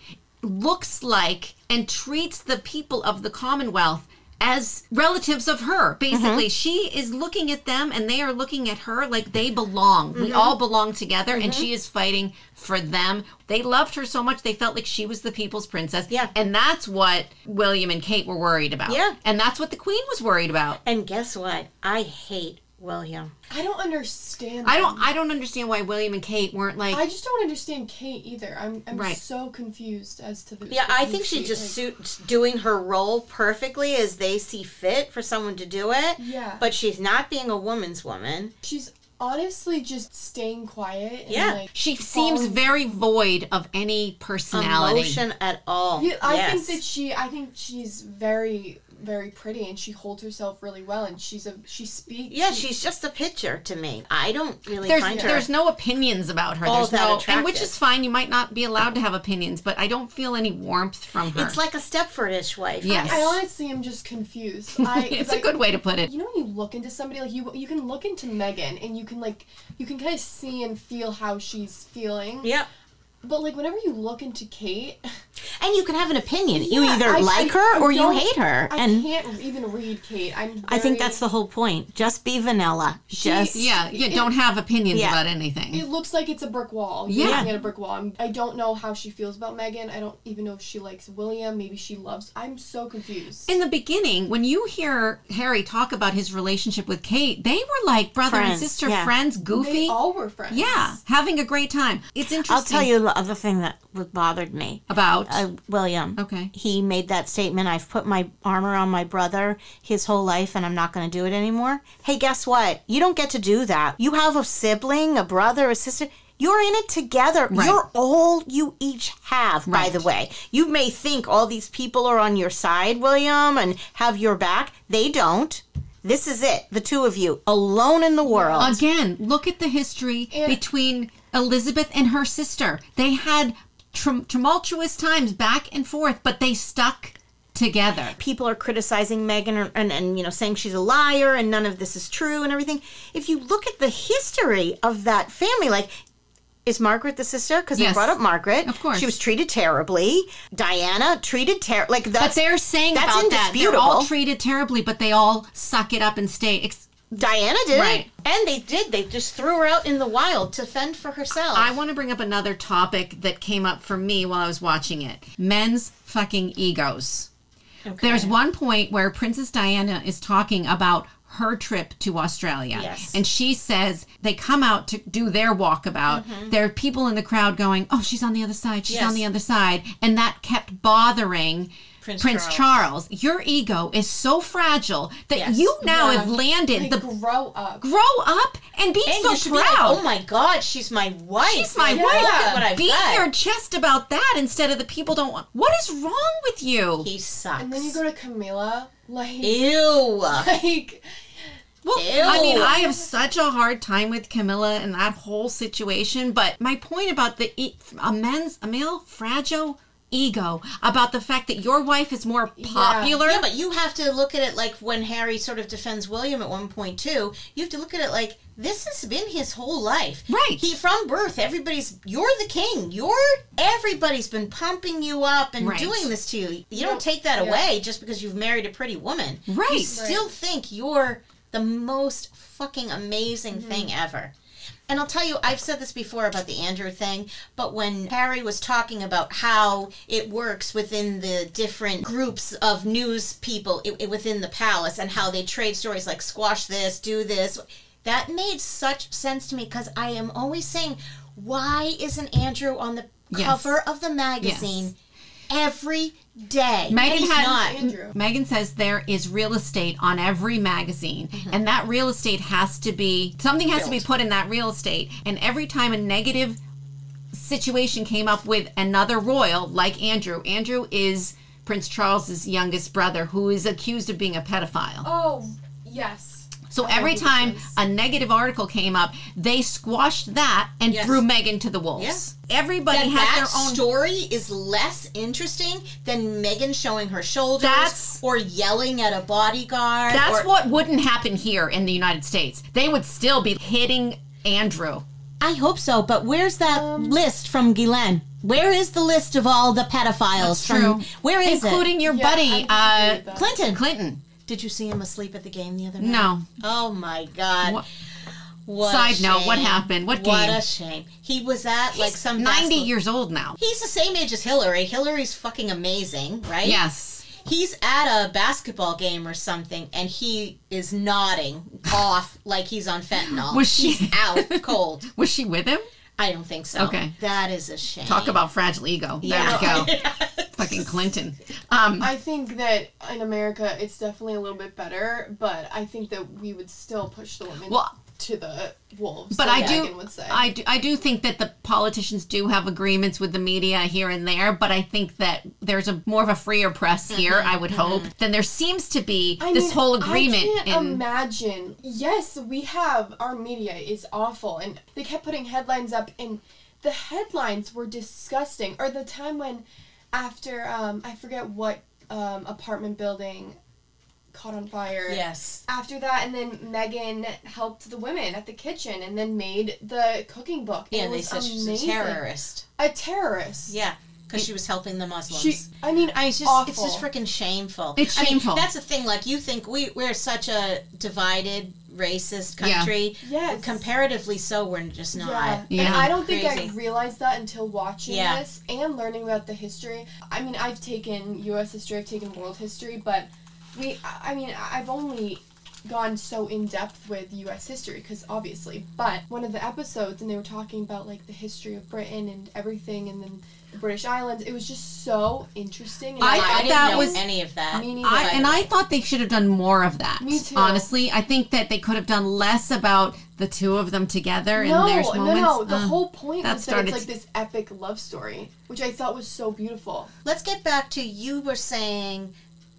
Speaker 1: looks like and treats the people of the Commonwealth as relatives of
Speaker 2: Mm-hmm.
Speaker 1: her. Basically, she is looking at them and they are looking at her like they belong.
Speaker 2: Mm-hmm.
Speaker 1: We all belong together and she is fighting for them. They loved her so much they felt like she was the people's princess.
Speaker 2: Yeah.
Speaker 1: And that's what William and Kate were worried about.
Speaker 2: Yeah.
Speaker 1: And that's what the Queen was worried about.
Speaker 2: and guess what? I hate William.
Speaker 3: I don't understand.
Speaker 1: I
Speaker 3: them.
Speaker 1: don't I don't understand why William and Kate weren't like
Speaker 3: I just don't understand Kate either. I'm, I'm
Speaker 1: Right.
Speaker 3: so confused as to the.
Speaker 2: Yeah, I
Speaker 3: who
Speaker 2: think she just
Speaker 3: like-
Speaker 2: suits doing her role perfectly as they see fit for someone to do it.
Speaker 3: Yeah.
Speaker 2: But she's not being a woman's woman.
Speaker 3: she's honestly just staying quiet. And
Speaker 2: Yeah.
Speaker 3: like,
Speaker 1: She seems
Speaker 3: following-
Speaker 1: very void of any personality.
Speaker 2: Emotion at all.
Speaker 3: Yeah, I
Speaker 2: yes.
Speaker 3: think that she. I think she's very, very pretty, and she holds herself really well, and she's a. She speaks.
Speaker 2: yeah,
Speaker 3: she-
Speaker 2: she's just a picture to me. I don't really
Speaker 1: There's
Speaker 2: find her.
Speaker 1: there's no opinions about her.
Speaker 2: All
Speaker 1: there's
Speaker 2: that
Speaker 1: no and
Speaker 2: attractive.
Speaker 1: which is fine, you might not be allowed to have opinions, but I don't feel any warmth from her. <laughs>
Speaker 2: it's like a Stepfordish wife.
Speaker 1: Yes.
Speaker 3: I honestly am just confused. I,
Speaker 1: <laughs> it's a
Speaker 3: like,
Speaker 1: good way to put it.
Speaker 3: You know when you look into somebody like you you can look into Megan and you can like you can kind of see and feel how she's feeling.
Speaker 2: Yep.
Speaker 3: But like whenever you look into Kate,
Speaker 2: And you can have an opinion. you
Speaker 3: Yeah,
Speaker 2: either
Speaker 3: I-
Speaker 2: like
Speaker 3: I-
Speaker 2: her
Speaker 3: I
Speaker 2: or you
Speaker 3: don't-
Speaker 2: hate her.
Speaker 3: I
Speaker 2: and
Speaker 3: can't even read Kate. I'm.
Speaker 2: I think
Speaker 3: very-
Speaker 2: that's the whole point. Just be vanilla. just
Speaker 1: yeah, you don't have opinions
Speaker 2: Yeah.
Speaker 1: about anything.
Speaker 3: It looks like it's a brick wall. You're
Speaker 1: Yeah.
Speaker 3: looking at a brick wall. I'm, I don't know how she feels about Megan. I don't even know if she likes William. Maybe she loves. I'm so confused.
Speaker 1: in the beginning, when you hear Harry talk about his relationship with Kate, they were like brother and
Speaker 2: Friends,
Speaker 1: sister,
Speaker 2: yeah.
Speaker 1: friends,
Speaker 3: they
Speaker 1: goofy.
Speaker 3: all were friends.
Speaker 1: yeah, having a great time. It's interesting.
Speaker 2: I'll tell you the other thing that would bothered me.
Speaker 1: about
Speaker 2: uh, William.
Speaker 1: Okay.
Speaker 2: He made that statement I've put my armor on my brother his whole life and I'm not going to do it anymore. Hey, guess what? You don't get to do that. You have a sibling, a brother, a sister. You're in it together.
Speaker 1: Right.
Speaker 2: You're all you each have, by
Speaker 1: Right.
Speaker 2: the way. You may think all these people are on your side, William, and have your back. They don't. This is it. The two of you alone in the world.
Speaker 1: Again, look at the history between Elizabeth and her sister. They had trum tumultuous times back and forth, but they stuck together.
Speaker 2: people are criticizing Megan and, and, and you know saying she's a liar and none of this is true and everything. If you look at the history of that family, like is Margaret the sister? Because
Speaker 1: Yes.
Speaker 2: they brought up Margaret.
Speaker 1: Of course.
Speaker 2: she was treated terribly. Diana treated terribly. Like
Speaker 1: But
Speaker 2: that's
Speaker 1: they're saying
Speaker 2: that's
Speaker 1: about that they're all
Speaker 2: indisputable.
Speaker 1: treated terribly, but they all suck it up and stay. Ex-
Speaker 2: Diana did
Speaker 1: Right.
Speaker 2: it, and they did. They just threw her out in the wild to fend for herself.
Speaker 1: I want to bring up another topic that came up for me while I was watching it: men's fucking egos. There's one point where Princess Diana is talking about her trip to Australia.
Speaker 2: Yes.
Speaker 1: And she says they come out to do their walkabout. There are people in the crowd going, Oh, she's on the other side. She's on
Speaker 2: Mm-hmm. Yes.
Speaker 1: the other side. And that kept bothering Prince,
Speaker 2: Prince
Speaker 1: Charles. Your ego is so fragile that
Speaker 2: Yes.
Speaker 1: you now have landed
Speaker 3: Like,
Speaker 1: the
Speaker 3: grow up.
Speaker 1: grow up and be
Speaker 2: And
Speaker 1: so
Speaker 2: you should be like,
Speaker 1: proud.
Speaker 2: oh my God, she's my wife.
Speaker 1: She's my
Speaker 2: Look
Speaker 1: wife.
Speaker 2: at what I've
Speaker 1: Beat
Speaker 2: got.
Speaker 1: your chest about that instead of the people don't want. What is wrong with you?
Speaker 2: He sucks.
Speaker 3: And then you go to Camilla, like
Speaker 2: Ew.
Speaker 3: <laughs> like
Speaker 1: Well,
Speaker 2: Ew.
Speaker 1: I mean, I have such a hard time with Camilla and that whole situation. But my point about the e- a men's a male fragile ego about the fact that your wife is more popular.
Speaker 2: Yeah, but you have to look at it like when Harry sort of defends William at one point too. You have to look at it like this has been his whole life.
Speaker 1: Right.
Speaker 2: He from birth, everybody's you're the king. You're everybody's been pumping you up and
Speaker 1: Right.
Speaker 2: doing this to you. You don't
Speaker 3: Yep.
Speaker 2: take that
Speaker 3: Yeah.
Speaker 2: away just because you've married a pretty woman.
Speaker 1: Right.
Speaker 2: You still think you're the most fucking amazing thing ever. And I'll tell you, I've said this before about the Andrew thing, but when Harry was talking about how it works within the different groups of news people i i- within the palace and how they trade stories like squash this, do this, that made such sense to me because I am always saying, why isn't Andrew on the
Speaker 1: Yes.
Speaker 2: cover of the magazine every day?
Speaker 1: Megan
Speaker 2: He's
Speaker 1: had-
Speaker 2: not.
Speaker 3: Andrew.
Speaker 1: Megan says there is real estate on every magazine,
Speaker 2: Mm-hmm.
Speaker 1: and that real estate has to be something has to be put in that real estate. And every time a negative situation came up with another royal, like Andrew, Andrew is Prince Charles's youngest brother who is accused of being a pedophile.
Speaker 3: Oh, yes.
Speaker 1: So
Speaker 3: I
Speaker 1: every
Speaker 3: remember
Speaker 1: time
Speaker 3: this.
Speaker 1: a negative article came up, they squashed that and
Speaker 2: Yes.
Speaker 1: threw Megan to the wolves. Everybody
Speaker 2: that,
Speaker 1: has
Speaker 2: that
Speaker 1: their own
Speaker 2: story is less interesting than Megan showing her shoulders
Speaker 1: That's-
Speaker 2: or yelling at a bodyguard.
Speaker 1: That's
Speaker 2: or-
Speaker 1: what wouldn't happen here in the United States. They would still be hitting Andrew.
Speaker 2: I hope so, but where's that list from Ghislaine? Where is the list of all the pedophiles from
Speaker 1: true.
Speaker 2: Where is
Speaker 1: including your
Speaker 3: Yeah,
Speaker 1: buddy
Speaker 3: I'm familiar
Speaker 1: uh,
Speaker 3: with that.
Speaker 2: it? Clinton.
Speaker 1: Clinton.
Speaker 2: Did you see him asleep at the game the other night?
Speaker 1: No,
Speaker 2: Oh my god.
Speaker 1: What-
Speaker 2: What a
Speaker 1: Side note, what
Speaker 2: shame.
Speaker 1: happened? What game?
Speaker 2: What a shame. He was at like some
Speaker 1: ninety
Speaker 2: basketball-
Speaker 1: years old now.
Speaker 2: He's the same age as Hillary. Hillary's fucking amazing, right?
Speaker 1: Yes,
Speaker 2: he's at a basketball game or something and he is nodding off like he's on fentanyl.
Speaker 1: Was she-
Speaker 2: He's out cold.
Speaker 1: was she with him?
Speaker 2: I don't think so.
Speaker 1: Okay.
Speaker 2: That is a shame.
Speaker 1: Talk about fragile ego. There
Speaker 2: <laughs> Yeah.
Speaker 1: we go. Fucking Clinton. Um,
Speaker 3: I think that in America it's definitely a little bit better, but I think that we would still push the women
Speaker 1: Well,
Speaker 3: to the wolves.
Speaker 1: but
Speaker 3: like
Speaker 1: I do,
Speaker 3: Megan would say.
Speaker 1: I do, I do think that the politicians do have agreements with the media here and there. But I think that there's a more of a freer press
Speaker 2: Mm-hmm.
Speaker 1: here. I would hope than there seems to be
Speaker 3: I
Speaker 1: this
Speaker 3: mean,
Speaker 1: whole agreement.
Speaker 3: I can't
Speaker 1: in,
Speaker 3: imagine. Yes, we have our media is awful, and they kept putting headlines up, and the headlines were disgusting. Or the time when, after um, I forget what um, apartment building caught on fire.
Speaker 2: Yes.
Speaker 3: After that, and then Megan helped the women at the kitchen, and then made the cooking book.
Speaker 2: Yeah,
Speaker 3: it
Speaker 2: they
Speaker 3: was
Speaker 2: said she's a
Speaker 3: amazing.
Speaker 2: terrorist.
Speaker 3: A terrorist.
Speaker 2: Yeah. Because she was helping the Muslims.
Speaker 3: She. I mean,
Speaker 2: I it's just
Speaker 3: awful.
Speaker 2: it's just freaking shameful.
Speaker 1: It's
Speaker 2: I mean,
Speaker 1: shameful.
Speaker 2: that's the thing. Like you think we we're such a divided, racist
Speaker 1: Yeah.
Speaker 2: country.
Speaker 3: Yes.
Speaker 2: Comparatively so, we're just not.
Speaker 3: Yeah.
Speaker 1: Yeah.
Speaker 3: And I don't think I
Speaker 2: Crazy.
Speaker 3: realized that until watching
Speaker 2: Yeah.
Speaker 3: this and learning about the history. I mean, I've taken U.S. history, I've taken world history, but we, I I mean, I've only gone so in depth with U.S. history because obviously. But one of the episodes, and they were talking about like the history of Britain and everything, and then the British islands. It was just so interesting. And
Speaker 1: I
Speaker 2: I,
Speaker 1: thought
Speaker 2: didn't
Speaker 1: that
Speaker 2: know
Speaker 1: was-
Speaker 2: any of that.
Speaker 3: me neither.
Speaker 1: I, and I thought they should have done more of that.
Speaker 3: Me too.
Speaker 1: Honestly, I think that they could have done less about the two of them together and there's
Speaker 3: no,
Speaker 1: moments.
Speaker 3: no. The
Speaker 1: Uh,
Speaker 3: whole point
Speaker 1: that
Speaker 3: was that
Speaker 1: started
Speaker 3: it's like
Speaker 1: to-
Speaker 3: this epic love story, which I thought was so beautiful.
Speaker 2: Let's get back to you were saying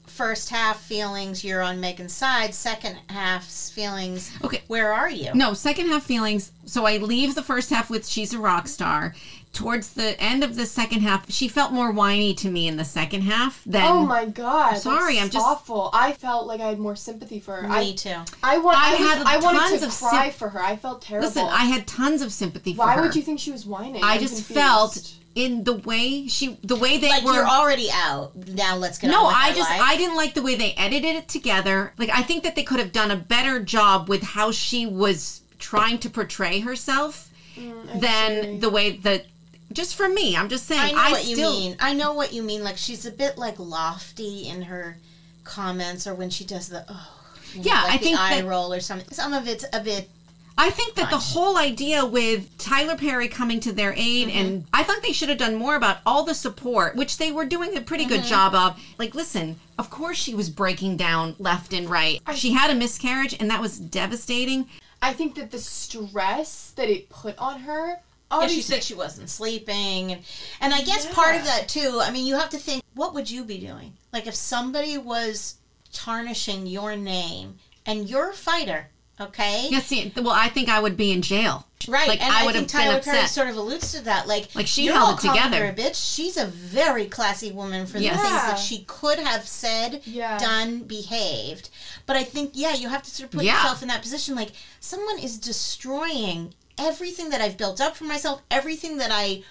Speaker 2: first half feelings you're on Megan's side, second half feelings.
Speaker 1: Okay.
Speaker 2: Where are you?
Speaker 1: No, second half feelings. So I leave the first half with she's a rock star. Towards the end of the second half, she felt more whiny to me in the second half than
Speaker 3: Oh my god!
Speaker 1: sorry,
Speaker 3: that's
Speaker 1: I'm just-
Speaker 3: awful. I felt like I had more sympathy for her.
Speaker 2: Me
Speaker 3: I,
Speaker 2: too.
Speaker 3: I want.
Speaker 1: I
Speaker 3: I, was-
Speaker 1: had
Speaker 3: I wanted
Speaker 1: tons
Speaker 3: to
Speaker 1: of
Speaker 3: cry
Speaker 1: sym-
Speaker 3: for her. I felt terrible.
Speaker 1: Listen, I had tons of sympathy for
Speaker 3: Why
Speaker 1: her.
Speaker 3: would you think she was whining?
Speaker 1: I
Speaker 3: I'm
Speaker 1: just
Speaker 3: confused.
Speaker 1: felt in the way she the way they
Speaker 2: Like
Speaker 1: were
Speaker 2: you're already out. Now let's get
Speaker 1: No,
Speaker 2: on with
Speaker 1: I
Speaker 2: our
Speaker 1: just
Speaker 2: life.
Speaker 1: I didn't like the way they edited it together. Like I think that they could have done a better job with how she was trying to portray herself
Speaker 3: Mm,
Speaker 1: than the way that just for me, I'm just saying
Speaker 2: I know what
Speaker 1: still
Speaker 2: you mean. I know what you mean. Like she's a bit like lofty in her comments, or when she does the oh, you know,
Speaker 1: Yeah,
Speaker 2: like
Speaker 1: I
Speaker 2: the
Speaker 1: think
Speaker 2: eye
Speaker 1: that-
Speaker 2: roll or something. Some of it's a bit.
Speaker 1: I think that the whole idea with Tyler Perry coming to their aid,
Speaker 2: Mm-hmm.
Speaker 1: and I thought they should have done more about all the support, which they were doing a pretty
Speaker 2: Mm-hmm.
Speaker 1: good job of. Like, listen, of course she was breaking down left and right. She had a miscarriage, and that was devastating.
Speaker 3: I think that the stress that it put on her.
Speaker 2: Yeah, she
Speaker 3: Obviously,
Speaker 2: said she wasn't sleeping, and and I guess part of
Speaker 3: Yeah.
Speaker 2: that too. I mean, you have to think, what would you be doing? Like if somebody was tarnishing your name and you're a fighter, okay?
Speaker 1: Yes, see, well, I think I would be in jail.
Speaker 2: Right,
Speaker 1: Like,
Speaker 2: and
Speaker 1: I
Speaker 2: I,
Speaker 1: would
Speaker 2: think
Speaker 1: have been
Speaker 2: Tyler Perry
Speaker 1: upset.
Speaker 2: sort of alludes to that. Like,
Speaker 1: Like, she
Speaker 2: you're
Speaker 1: held
Speaker 2: all
Speaker 1: it
Speaker 2: calling
Speaker 1: together.
Speaker 2: her a bitch. She's a very classy woman for the
Speaker 1: Yes.
Speaker 2: things
Speaker 3: Yeah.
Speaker 2: that she could have said,
Speaker 3: Yeah.
Speaker 2: done, behaved. But I think, yeah, you have to sort of put
Speaker 1: Yeah.
Speaker 2: yourself in that position. Like, someone is destroying everything that I've built up for myself, everything that I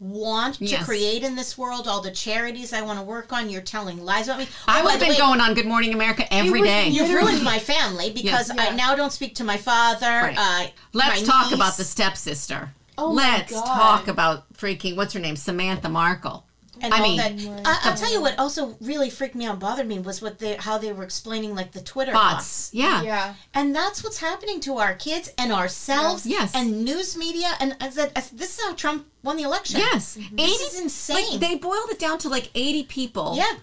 Speaker 2: want to
Speaker 1: Yes.
Speaker 2: create in this world, all the charities I want to work on, you're telling lies about me.
Speaker 1: I
Speaker 2: Oh,
Speaker 1: would
Speaker 2: by
Speaker 1: have
Speaker 2: the
Speaker 1: been
Speaker 2: way,
Speaker 1: going on Good Morning America every
Speaker 3: was
Speaker 1: day.
Speaker 3: you-
Speaker 2: You've ruined my family because
Speaker 1: Yes.
Speaker 2: I now don't speak to my father.
Speaker 1: Right.
Speaker 2: Uh,
Speaker 1: Let's
Speaker 2: my
Speaker 1: talk
Speaker 2: niece.
Speaker 1: about the stepsister.
Speaker 3: Oh my
Speaker 1: Let's
Speaker 3: God.
Speaker 1: talk about freaking what's her name, Samantha Markle.
Speaker 2: and
Speaker 1: I
Speaker 2: all
Speaker 1: mean- Mm-hmm.
Speaker 2: that. I, I'll tell you what also really freaked me out, and bothered me was what they how they were explaining like the Twitter bots.
Speaker 1: Bots, yeah.
Speaker 3: Yeah.
Speaker 2: And that's what's happening to our kids and ourselves
Speaker 1: Yes.
Speaker 2: and news media. And I said, I said, this is how Trump won the election.
Speaker 1: yes,
Speaker 2: <laughs> This is insane.
Speaker 1: Like, they boiled it down to like eighty people.
Speaker 2: yeah.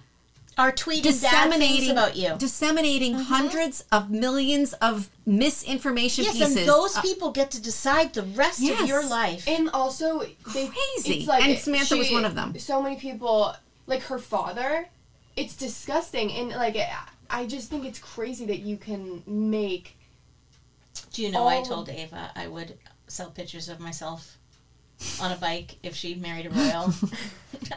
Speaker 2: Are tweeting bad things
Speaker 1: disseminating
Speaker 2: about you. Mm-hmm.
Speaker 1: disseminating hundreds of millions of misinformation
Speaker 2: yes,
Speaker 1: pieces.
Speaker 2: and those people get to decide the rest
Speaker 1: Uh, Yes.
Speaker 2: of your life.
Speaker 3: And also, they,
Speaker 1: Crazy.
Speaker 3: It's like
Speaker 1: And Samantha was one of them.
Speaker 3: So many people, like her father, it's disgusting. And like, I just think it's crazy that you can make. <laughs>
Speaker 2: Do you know I
Speaker 3: all-
Speaker 2: told Ava I would sell pictures of myself on a bike if she married a
Speaker 1: <laughs>
Speaker 2: royal?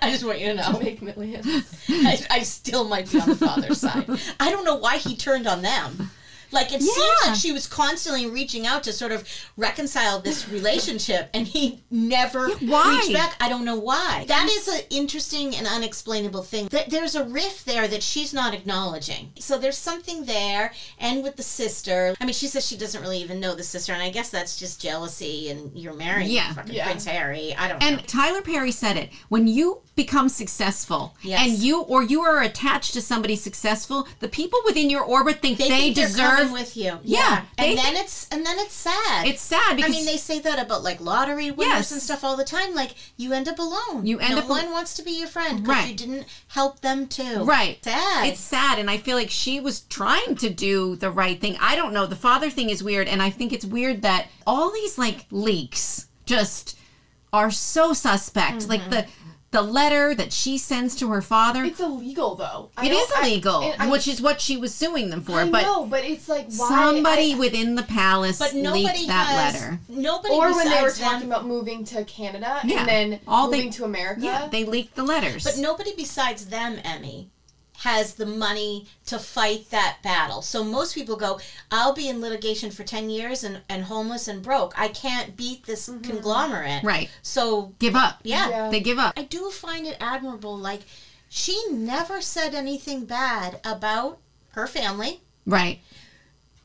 Speaker 2: I just want you to know.
Speaker 3: Make millions.
Speaker 1: <laughs>
Speaker 2: I, I still might be on the father's side. I don't know why he turned on them. Like it seems
Speaker 1: Yeah.
Speaker 2: like she was constantly reaching out to sort of reconcile this relationship, and he never
Speaker 1: why?
Speaker 2: reached back. I don't know why. That is an interesting and unexplainable thing. That there's a rift there that she's not acknowledging. So there's something there, and with the sister. I mean, she says she doesn't really even know the sister, and I guess that's just jealousy. And you're marrying
Speaker 1: Yeah.
Speaker 2: fucking
Speaker 3: Yeah.
Speaker 2: Prince Harry. I don't know.
Speaker 1: And Tyler Perry said it. When you become successful
Speaker 2: Yes.
Speaker 1: and you or you are attached to somebody successful, the people within your orbit think they,
Speaker 2: think they're coming
Speaker 1: deserve
Speaker 2: with you. Yeah,
Speaker 1: they
Speaker 2: and then
Speaker 1: think-
Speaker 2: it's and then it's sad.
Speaker 1: it's sad
Speaker 2: I
Speaker 1: because
Speaker 2: mean, they say that about like lottery winners
Speaker 1: Yes.
Speaker 2: and stuff all the time. Like you end up alone.
Speaker 1: You end
Speaker 2: no
Speaker 1: up al-
Speaker 2: one wants to be your friend because
Speaker 1: Right.
Speaker 2: you didn't help them too.
Speaker 1: Right.
Speaker 2: Sad.
Speaker 1: It's sad, and I feel like she was trying to do the right thing. I don't know. The father thing is weird, and I think it's weird that all these like leaks just are so suspect. Like the the letter that she sends to her father,
Speaker 3: It's illegal though. I
Speaker 1: it
Speaker 3: don't-
Speaker 1: is illegal,
Speaker 3: I, and I,
Speaker 1: which is what she was suing them for.
Speaker 3: I
Speaker 1: but
Speaker 3: know, but it's like why
Speaker 1: somebody
Speaker 3: I-
Speaker 1: within the palace
Speaker 2: but nobody
Speaker 1: leaked that
Speaker 2: has
Speaker 1: letter.
Speaker 2: nobody
Speaker 3: or when they were
Speaker 2: besides them-
Speaker 3: talking about moving to Canada
Speaker 1: Yeah.
Speaker 3: and then
Speaker 1: All they-
Speaker 3: moving to America.
Speaker 1: Yeah, they leaked the letters.
Speaker 2: But nobody besides them, Emmy, has the money to fight that battle. So most people go, I'll be in litigation for 10 years and, and homeless and broke. I can't beat this conglomerate.
Speaker 1: Mm-hmm. Right.
Speaker 2: So,
Speaker 1: give up.
Speaker 2: yeah.
Speaker 3: Yeah.
Speaker 1: They give up.
Speaker 2: I do find it admirable. Like, she never said anything bad about her family.
Speaker 1: Right.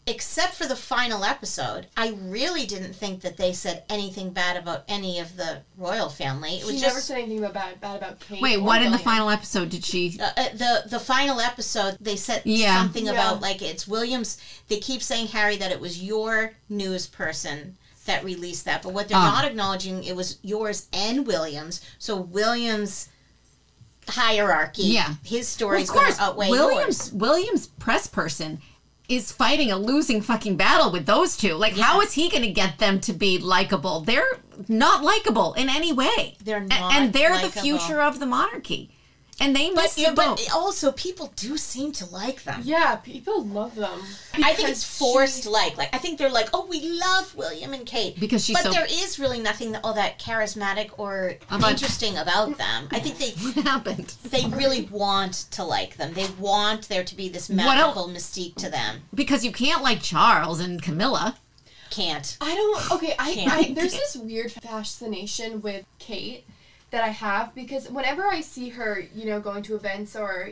Speaker 2: Except for the final episode, I really didn't think that they said anything bad about any of the royal family. It
Speaker 3: she
Speaker 2: was
Speaker 3: never
Speaker 2: just
Speaker 3: said anything about bad, bad about Kate.
Speaker 1: Wait,
Speaker 3: or
Speaker 1: what in the
Speaker 3: William.
Speaker 1: final episode did she?
Speaker 2: uh, uh, the the final episode they said
Speaker 1: Yeah.
Speaker 2: something
Speaker 3: Yeah.
Speaker 2: about like it's Williams they keep saying Harry that it was your news person that released that but what they're
Speaker 1: Oh.
Speaker 2: not acknowledging it was yours and Williams so Williams hierarchy
Speaker 1: Yeah.
Speaker 2: his
Speaker 1: Well,
Speaker 2: story
Speaker 1: of
Speaker 2: is going
Speaker 1: course,
Speaker 2: to outweigh
Speaker 1: Williams
Speaker 2: yours.
Speaker 1: Williams press person is fighting a losing fucking battle with those two. Like, how is he going to get them to be likable? They're not likable in any way.
Speaker 2: They're
Speaker 1: A-
Speaker 2: not
Speaker 1: and they're the
Speaker 2: likable.
Speaker 1: future of the monarchy, and they
Speaker 2: but,
Speaker 1: missed the boat.
Speaker 2: but also people do seem to like them
Speaker 3: Yeah, people love them.
Speaker 2: I think
Speaker 3: Because
Speaker 2: it's forced
Speaker 3: she-
Speaker 2: like like I think they're like oh we love William and Kate
Speaker 1: Because she's
Speaker 2: but
Speaker 1: so-
Speaker 2: there is really nothing that- all that charismatic or
Speaker 1: About-
Speaker 2: interesting about them I think they
Speaker 1: <laughs> what happened?
Speaker 2: they really want to like them. They want there to be this magical mystique to them.
Speaker 1: Because you can't like Charles and Camilla.
Speaker 2: Can't.
Speaker 3: I don't. Okay, I,
Speaker 2: Can't.
Speaker 3: I there's this weird fascination with Kate that I have because whenever I see her, you know, going to events or,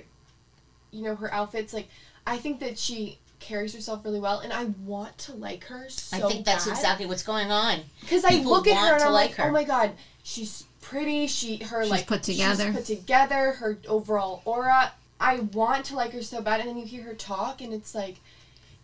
Speaker 3: you know, her outfits, like I think that she carries herself really well, and I want to like her so
Speaker 2: I think that's
Speaker 3: bad.
Speaker 2: exactly what's going on.
Speaker 3: Because I
Speaker 2: People
Speaker 3: look at
Speaker 2: want
Speaker 3: her and
Speaker 2: to
Speaker 3: I'm
Speaker 2: like
Speaker 3: like,
Speaker 2: her.
Speaker 3: oh my god, she's pretty. She her
Speaker 1: She's
Speaker 3: like
Speaker 1: put together.
Speaker 3: She's put together. Her overall aura. I want to like her so bad, and then you hear her talk, and it's like,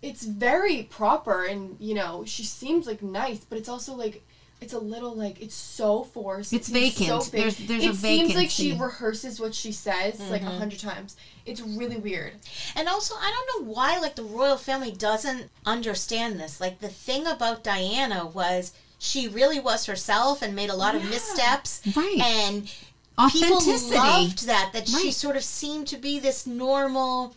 Speaker 3: it's very proper, and you know she seems like nice, but it's also like. It's a little like it's so forced.
Speaker 1: It's
Speaker 3: it seems
Speaker 1: vacant.
Speaker 3: fake.
Speaker 1: There's- there's
Speaker 3: it
Speaker 1: a
Speaker 3: seems like she
Speaker 1: vacancy. Mm-hmm.
Speaker 3: rehearses what she says like a hundred times. It's really weird.
Speaker 2: And also, I don't know why, like, the royal family doesn't understand this. Like, the thing about Diana was she really was herself and made a lot of
Speaker 3: Yeah.
Speaker 2: missteps.
Speaker 1: Right.
Speaker 2: And people
Speaker 1: Authenticity.
Speaker 2: loved that, that she
Speaker 1: Right.
Speaker 2: sort of seemed to be this normal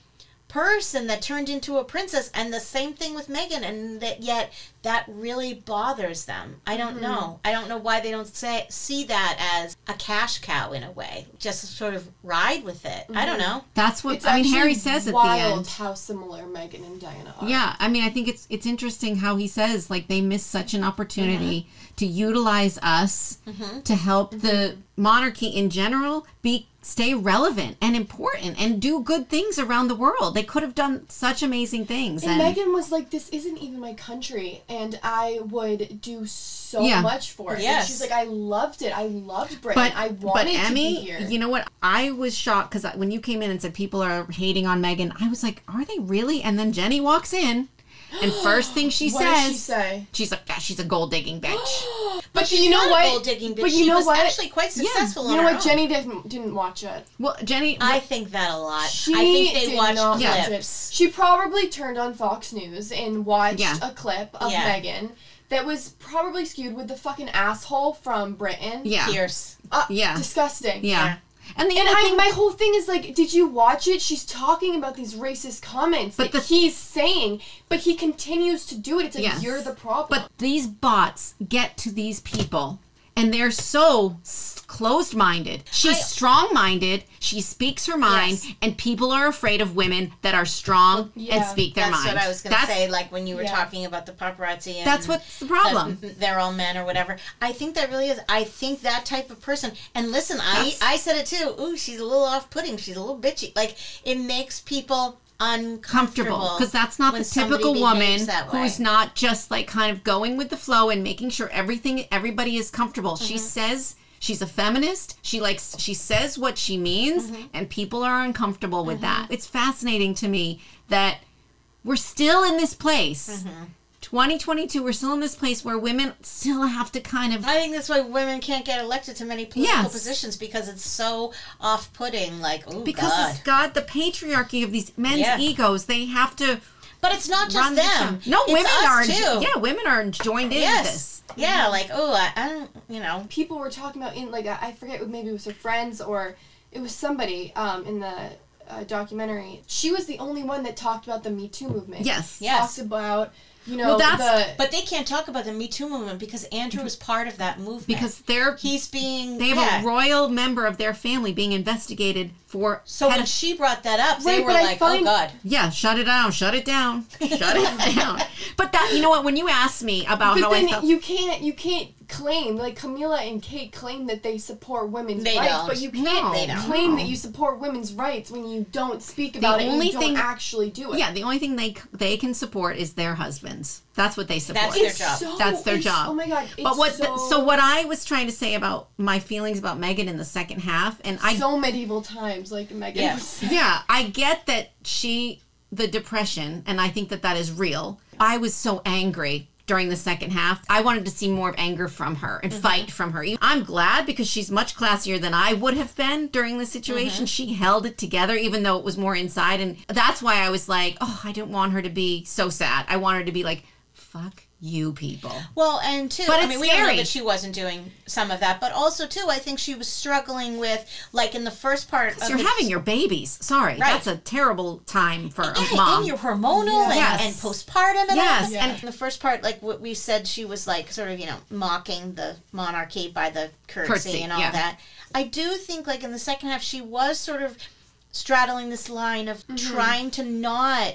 Speaker 2: person that turned into a princess, and the same thing with Megan, and that yet that really bothers them. I don't
Speaker 3: Mm-hmm.
Speaker 2: know. I don't know why they don't say see that as a cash cow in a way, just sort of ride with it. I
Speaker 3: Mm-hmm.
Speaker 2: don't know.
Speaker 1: That's what
Speaker 3: It's
Speaker 1: I mean.
Speaker 3: actually
Speaker 1: Harry says at the
Speaker 3: wild
Speaker 1: end.
Speaker 3: how similar Megan and Diana are.
Speaker 1: Yeah, I mean, I think it's it's interesting how he says like they missed such an opportunity
Speaker 3: Mm-hmm.
Speaker 1: to utilize us to help the monarchy in general be stay relevant and important and do good things around the world. They could have done such amazing things.
Speaker 3: And Megan was like, "This isn't even my country, and I would do so
Speaker 1: Yeah.
Speaker 3: much for it." And
Speaker 2: Yes.
Speaker 3: she's like, "I loved it. I loved Britain.
Speaker 1: but
Speaker 3: I wanted
Speaker 1: but Emmy,
Speaker 3: to be here."
Speaker 1: you know what? I was shocked because when you came in and said people are hating on Megan, I was like, are they really? And then Jenny walks in,
Speaker 3: <gasps>
Speaker 1: and first thing she
Speaker 3: what
Speaker 1: says,
Speaker 3: did she say?
Speaker 1: she's like, yeah, she's a gold digging
Speaker 3: <gasps>
Speaker 1: bitch.
Speaker 2: But, she's
Speaker 3: you know
Speaker 2: not
Speaker 3: what?
Speaker 2: a gold digging bitch.
Speaker 3: But you
Speaker 2: she
Speaker 3: know
Speaker 2: was
Speaker 3: what?
Speaker 2: actually quite successful.
Speaker 3: You
Speaker 2: on
Speaker 3: know
Speaker 2: her
Speaker 3: what?
Speaker 2: own.
Speaker 3: Jenny didn't didn't watch it.
Speaker 1: well, Jenny,
Speaker 2: I think that a lot.
Speaker 3: She
Speaker 2: I think they
Speaker 3: did
Speaker 2: watch
Speaker 3: not watch
Speaker 2: clips.
Speaker 3: it. She probably turned on Fox News and watched
Speaker 1: Yeah.
Speaker 3: a clip of
Speaker 2: Yeah.
Speaker 3: Megan that was probably skewed with the fucking asshole from Britain.
Speaker 1: yeah,
Speaker 2: Pierce.
Speaker 3: Uh,
Speaker 1: Yeah.
Speaker 3: Disgusting.
Speaker 1: yeah, and the
Speaker 3: And
Speaker 1: other
Speaker 3: I,
Speaker 1: thing,
Speaker 3: my whole thing is like, did you watch it? She's talking about these racist comments
Speaker 1: But
Speaker 3: but
Speaker 1: the-
Speaker 3: he's saying, but he continues to do it. It's like
Speaker 1: Yes.
Speaker 3: you're the problem.
Speaker 1: But these bots get to these people and they're so s- closed-minded. She's
Speaker 2: I-
Speaker 1: strong-minded. She speaks her mind
Speaker 2: Yes.
Speaker 1: and people are afraid of women that are strong and
Speaker 3: yeah.
Speaker 1: speak their
Speaker 2: That's
Speaker 1: mind.
Speaker 2: what I was going to
Speaker 1: That's-
Speaker 2: say. Like when you were
Speaker 3: Yeah.
Speaker 2: talking about the paparazzi. And
Speaker 1: That's what's the problem.
Speaker 2: that They're all men or whatever. I think that really is. I think that type of person. And listen, I
Speaker 1: That's-
Speaker 2: I said it too. Ooh, she's a little off-putting. She's a little bitchy. Like it makes people uncomfortable
Speaker 1: comfortable because that's not
Speaker 2: when
Speaker 1: the typical
Speaker 2: somebody
Speaker 1: woman
Speaker 2: behaves that
Speaker 1: who's
Speaker 2: way.
Speaker 1: not just like kind of going with the flow and making sure everything everybody is comfortable. She
Speaker 2: Mm-hmm.
Speaker 1: says she's a feminist. She likes she says what she means
Speaker 2: Mm-hmm.
Speaker 1: and people are uncomfortable with that. It's fascinating to me that we're still in this place.
Speaker 2: Mm-hmm.
Speaker 1: 2022 we're still in this place where women still have to kind of
Speaker 2: I think that's why women can't get elected to many political
Speaker 1: Yes.
Speaker 2: positions because it's so off-putting. Like, oh
Speaker 1: because
Speaker 2: God.
Speaker 1: it's got the patriarchy of these men's
Speaker 2: Yeah.
Speaker 1: egos. They have to
Speaker 2: but it's not just
Speaker 1: run the show.
Speaker 2: them.
Speaker 1: No,
Speaker 2: It's
Speaker 1: women
Speaker 2: us,
Speaker 1: are
Speaker 2: too.
Speaker 1: yeah, women are joined in
Speaker 2: Yes.
Speaker 1: with this.
Speaker 2: Yeah, like oh, I, I don't, you know,
Speaker 3: people were talking about in like I I forget what- maybe it was her friends or it was somebody um, in the uh, documentary. She was the only one that talked about the Me Too movement.
Speaker 1: Yes.
Speaker 2: Yeah. Yes.
Speaker 3: talked about you know
Speaker 1: Well, that's-
Speaker 3: the
Speaker 2: But they can't talk about the Me Too movement because Andrew was part of that movement.
Speaker 1: Because they're
Speaker 2: he's being
Speaker 1: they have
Speaker 2: yeah.
Speaker 1: a royal member of their family being investigated for
Speaker 2: So when
Speaker 1: pedoph-
Speaker 2: she brought that up,
Speaker 3: Right,
Speaker 2: they were
Speaker 3: but I
Speaker 2: like, "Oh
Speaker 3: find-
Speaker 2: God."
Speaker 1: yeah, shut it down, shut it down, shut
Speaker 2: <laughs>
Speaker 1: it down. But that you know what? When you asked me about
Speaker 3: But
Speaker 1: how
Speaker 3: then
Speaker 1: I felt,
Speaker 3: you can't you can't claim like Camila and Kate claim that they support women's
Speaker 2: They
Speaker 3: rights,
Speaker 2: don't.
Speaker 3: but you can't
Speaker 1: no,
Speaker 2: they don't.
Speaker 3: claim that you support women's rights when you don't speak about it.
Speaker 1: only
Speaker 3: and you
Speaker 1: thing-
Speaker 3: don't actually do it.
Speaker 1: yeah, the only thing they c- they can support is their husbands. That's what they support.
Speaker 2: That's their
Speaker 3: it's
Speaker 2: job.
Speaker 3: So,
Speaker 1: That's their
Speaker 3: it's-
Speaker 1: job.
Speaker 3: Oh my god! It's
Speaker 1: but what
Speaker 3: so,
Speaker 1: so, what I was trying to say about my feelings about Megan in the second half, and I
Speaker 3: so medieval times like Megan.
Speaker 2: Yeah.
Speaker 3: was <laughs> saying.
Speaker 1: yeah, I get that she, the depression, and I think that that is real. I was so angry during the second half. I wanted to see more of anger from her
Speaker 3: Mm-hmm.
Speaker 1: and fight from her. I'm glad because she's much classier than I would have been during this
Speaker 3: Mm-hmm.
Speaker 1: situation. She held it together, even though it was more inside. And that's why I was like, oh, I didn't want her to be so sad. I want her to be like, fuck you people.
Speaker 2: Well, and too,
Speaker 1: But
Speaker 2: I
Speaker 1: it's
Speaker 2: mean, we don't know
Speaker 1: scary.
Speaker 2: that she wasn't doing some of that, but also too, I think she was struggling with, like in the first part, of
Speaker 1: You're
Speaker 2: the-
Speaker 1: having your babies. Sorry, that's a terrible time for
Speaker 2: yeah,
Speaker 1: a mom.
Speaker 2: and your hormonal
Speaker 1: Yes.
Speaker 2: and, and postpartum and
Speaker 1: Yes,
Speaker 2: all that.
Speaker 1: Yeah.
Speaker 2: And in the first part, like what we said, she was like sort of, you know, mocking the monarchy by the curtsy,
Speaker 1: Curtsy,
Speaker 2: and all
Speaker 1: yeah.
Speaker 2: that. I do think like in the second half, she was sort of straddling this line of trying to not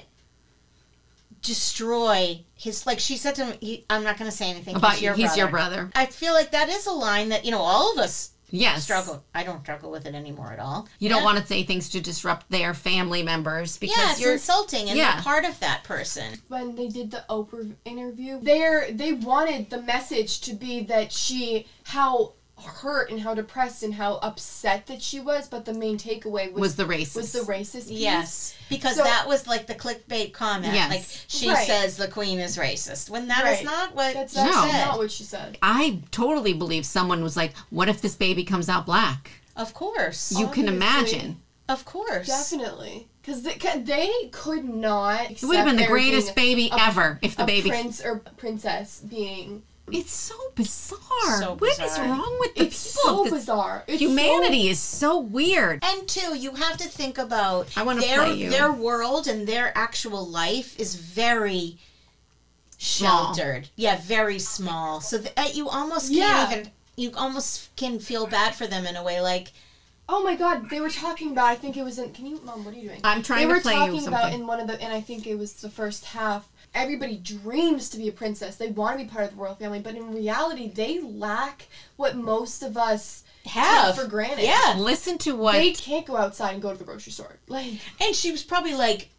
Speaker 2: destroy his like she said to him he, i'm not going to say anything
Speaker 1: about
Speaker 2: he's your,
Speaker 1: he's
Speaker 2: brother.
Speaker 1: your brother.
Speaker 2: i feel like that is a line that you know all of us
Speaker 1: Yes.
Speaker 2: struggle i don't struggle with it anymore at all
Speaker 1: You don't want to say things to disrupt their family members because
Speaker 2: yeah it's
Speaker 1: you're
Speaker 2: insulting and
Speaker 1: Yeah.
Speaker 2: you're part of that person
Speaker 3: when they did the Oprah interview, there they wanted the message to be that she how hurt and how depressed and how upset that she was, but the main takeaway was
Speaker 1: was the racist.
Speaker 3: was the racist. Piece.
Speaker 2: Yes, because
Speaker 3: So-
Speaker 2: that was like the clickbait comment.
Speaker 1: Yes.
Speaker 2: Like she
Speaker 3: Right.
Speaker 2: says the queen is racist when that is
Speaker 3: Right.
Speaker 2: not what
Speaker 3: that's
Speaker 2: she
Speaker 3: actually
Speaker 1: No.
Speaker 3: not
Speaker 2: said.
Speaker 3: what she said.
Speaker 1: I totally believe someone was like, "What if this baby comes out black?"
Speaker 2: Of course,
Speaker 1: You can
Speaker 3: Obviously.
Speaker 1: imagine.
Speaker 2: of course.
Speaker 3: Definitely, because they, 'cause they could not.
Speaker 1: It would have been the greatest baby
Speaker 3: a-
Speaker 1: ever if the
Speaker 3: a
Speaker 1: baby.
Speaker 3: prince or princess being
Speaker 1: It's so bizarre.
Speaker 2: So
Speaker 1: What is
Speaker 2: bizarre.
Speaker 1: wrong with the
Speaker 3: It's
Speaker 1: people?
Speaker 3: so
Speaker 1: of this-
Speaker 3: bizarre. It's
Speaker 1: Humanity is so weird.
Speaker 2: And two, you have to think about
Speaker 1: I wanna
Speaker 2: their
Speaker 1: play you.
Speaker 2: their world and their actual life is very
Speaker 1: Small.
Speaker 2: sheltered. Yeah, very small. So that you almost can't
Speaker 3: Yeah.
Speaker 2: even you almost can feel bad for them in a way like
Speaker 3: So, oh my god, they were talking about. I think it was in. Can you, mom? What are you doing?
Speaker 1: I'm trying
Speaker 3: they
Speaker 1: to
Speaker 3: were
Speaker 1: play
Speaker 3: talking
Speaker 1: you
Speaker 3: about
Speaker 1: something.
Speaker 3: in one of the, and I think it was the first half. Everybody dreams to be a princess. They want to be part of the royal family, but in reality, they lack what most of us
Speaker 2: have
Speaker 3: for granted.
Speaker 2: Yeah.
Speaker 1: Listen to what
Speaker 3: They can't go outside and go to the grocery store. Like
Speaker 2: And she was probably like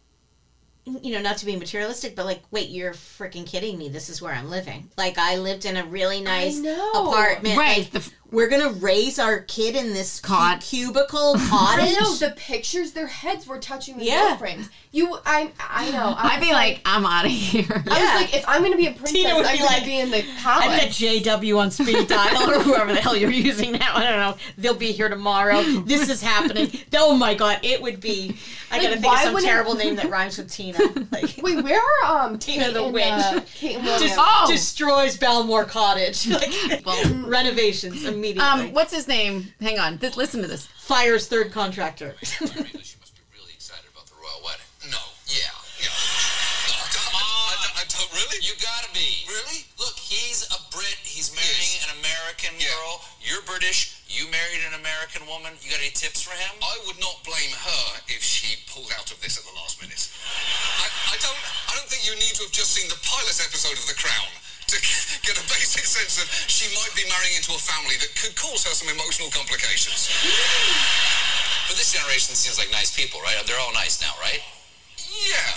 Speaker 2: you know, not to be materialistic, but like, wait, you're freaking kidding me. This is where I'm living. Like, I lived in a really nice
Speaker 3: know.
Speaker 2: apartment.
Speaker 1: right
Speaker 2: Like,
Speaker 1: the f-
Speaker 2: we're gonna raise our kid in this cu-
Speaker 1: Cot. <laughs>
Speaker 2: cubicle
Speaker 3: I
Speaker 2: cottage.
Speaker 3: know the pictures. Their heads were touching the
Speaker 2: Yeah.
Speaker 3: yeah. frames. You, I, I know. I
Speaker 1: I'd
Speaker 3: was
Speaker 1: be like, I'm out of here.
Speaker 3: I
Speaker 2: Yeah.
Speaker 3: was like, if I'm gonna be a princess,
Speaker 2: Tina would
Speaker 3: I'm
Speaker 2: be
Speaker 3: gonna
Speaker 2: like,
Speaker 3: be in the
Speaker 2: I
Speaker 3: palace.
Speaker 2: bet JW on speed dial or whoever the hell you're using now. I don't know. They'll be here tomorrow. This is
Speaker 1: <laughs>
Speaker 2: happening. Oh my god, it would be. I
Speaker 3: Like,
Speaker 2: gotta think of
Speaker 3: why
Speaker 2: some
Speaker 3: wouldn't- <laughs>
Speaker 2: terrible name that rhymes with Tina. Like <laughs>
Speaker 3: Wait, where are um
Speaker 2: Tina
Speaker 3: Kate
Speaker 2: the
Speaker 3: and,
Speaker 2: witch.
Speaker 3: Uh, Kate and William.
Speaker 2: just
Speaker 1: Oh.
Speaker 2: destroys Balmore Cottage. <laughs> Like renovations immediately.
Speaker 1: Um, what's his name? Hang on. Th- listen to this.
Speaker 2: Fires third contractor. <laughs>
Speaker 4: Really, she must be really excited about the royal wedding. No. Yeah. No. Oh, come on. I, I, I, really? You gotta be. Really? Look, he's a Brit. He's marrying an American girl. You're British. You married an American woman. You got any tips for him? I would not blame her if she pulled out of this at the last minute. I, I don't. I don't think you need to have just seen the pilot episode of The Crown to <laughs> get a basic sense of she might be marrying into a family that could cause her some emotional complications. But this generation seems like nice people, right? They're all nice now, right? Yeah.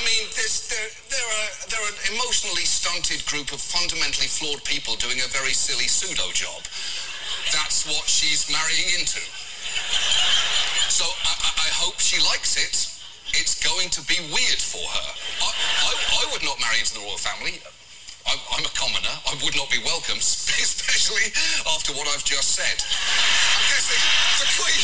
Speaker 4: I mean, there's, there, there are, they're an emotionally stunted group of fundamentally flawed people doing a very silly pseudo job. That's what she's marrying into. So I, I, I hope she likes it. It's going to be weird for her. I, I, I would not marry into the royal family. I, I'm a commoner. I would not be welcome, <laughs> especially after what I've just said. I'm guessing the queen.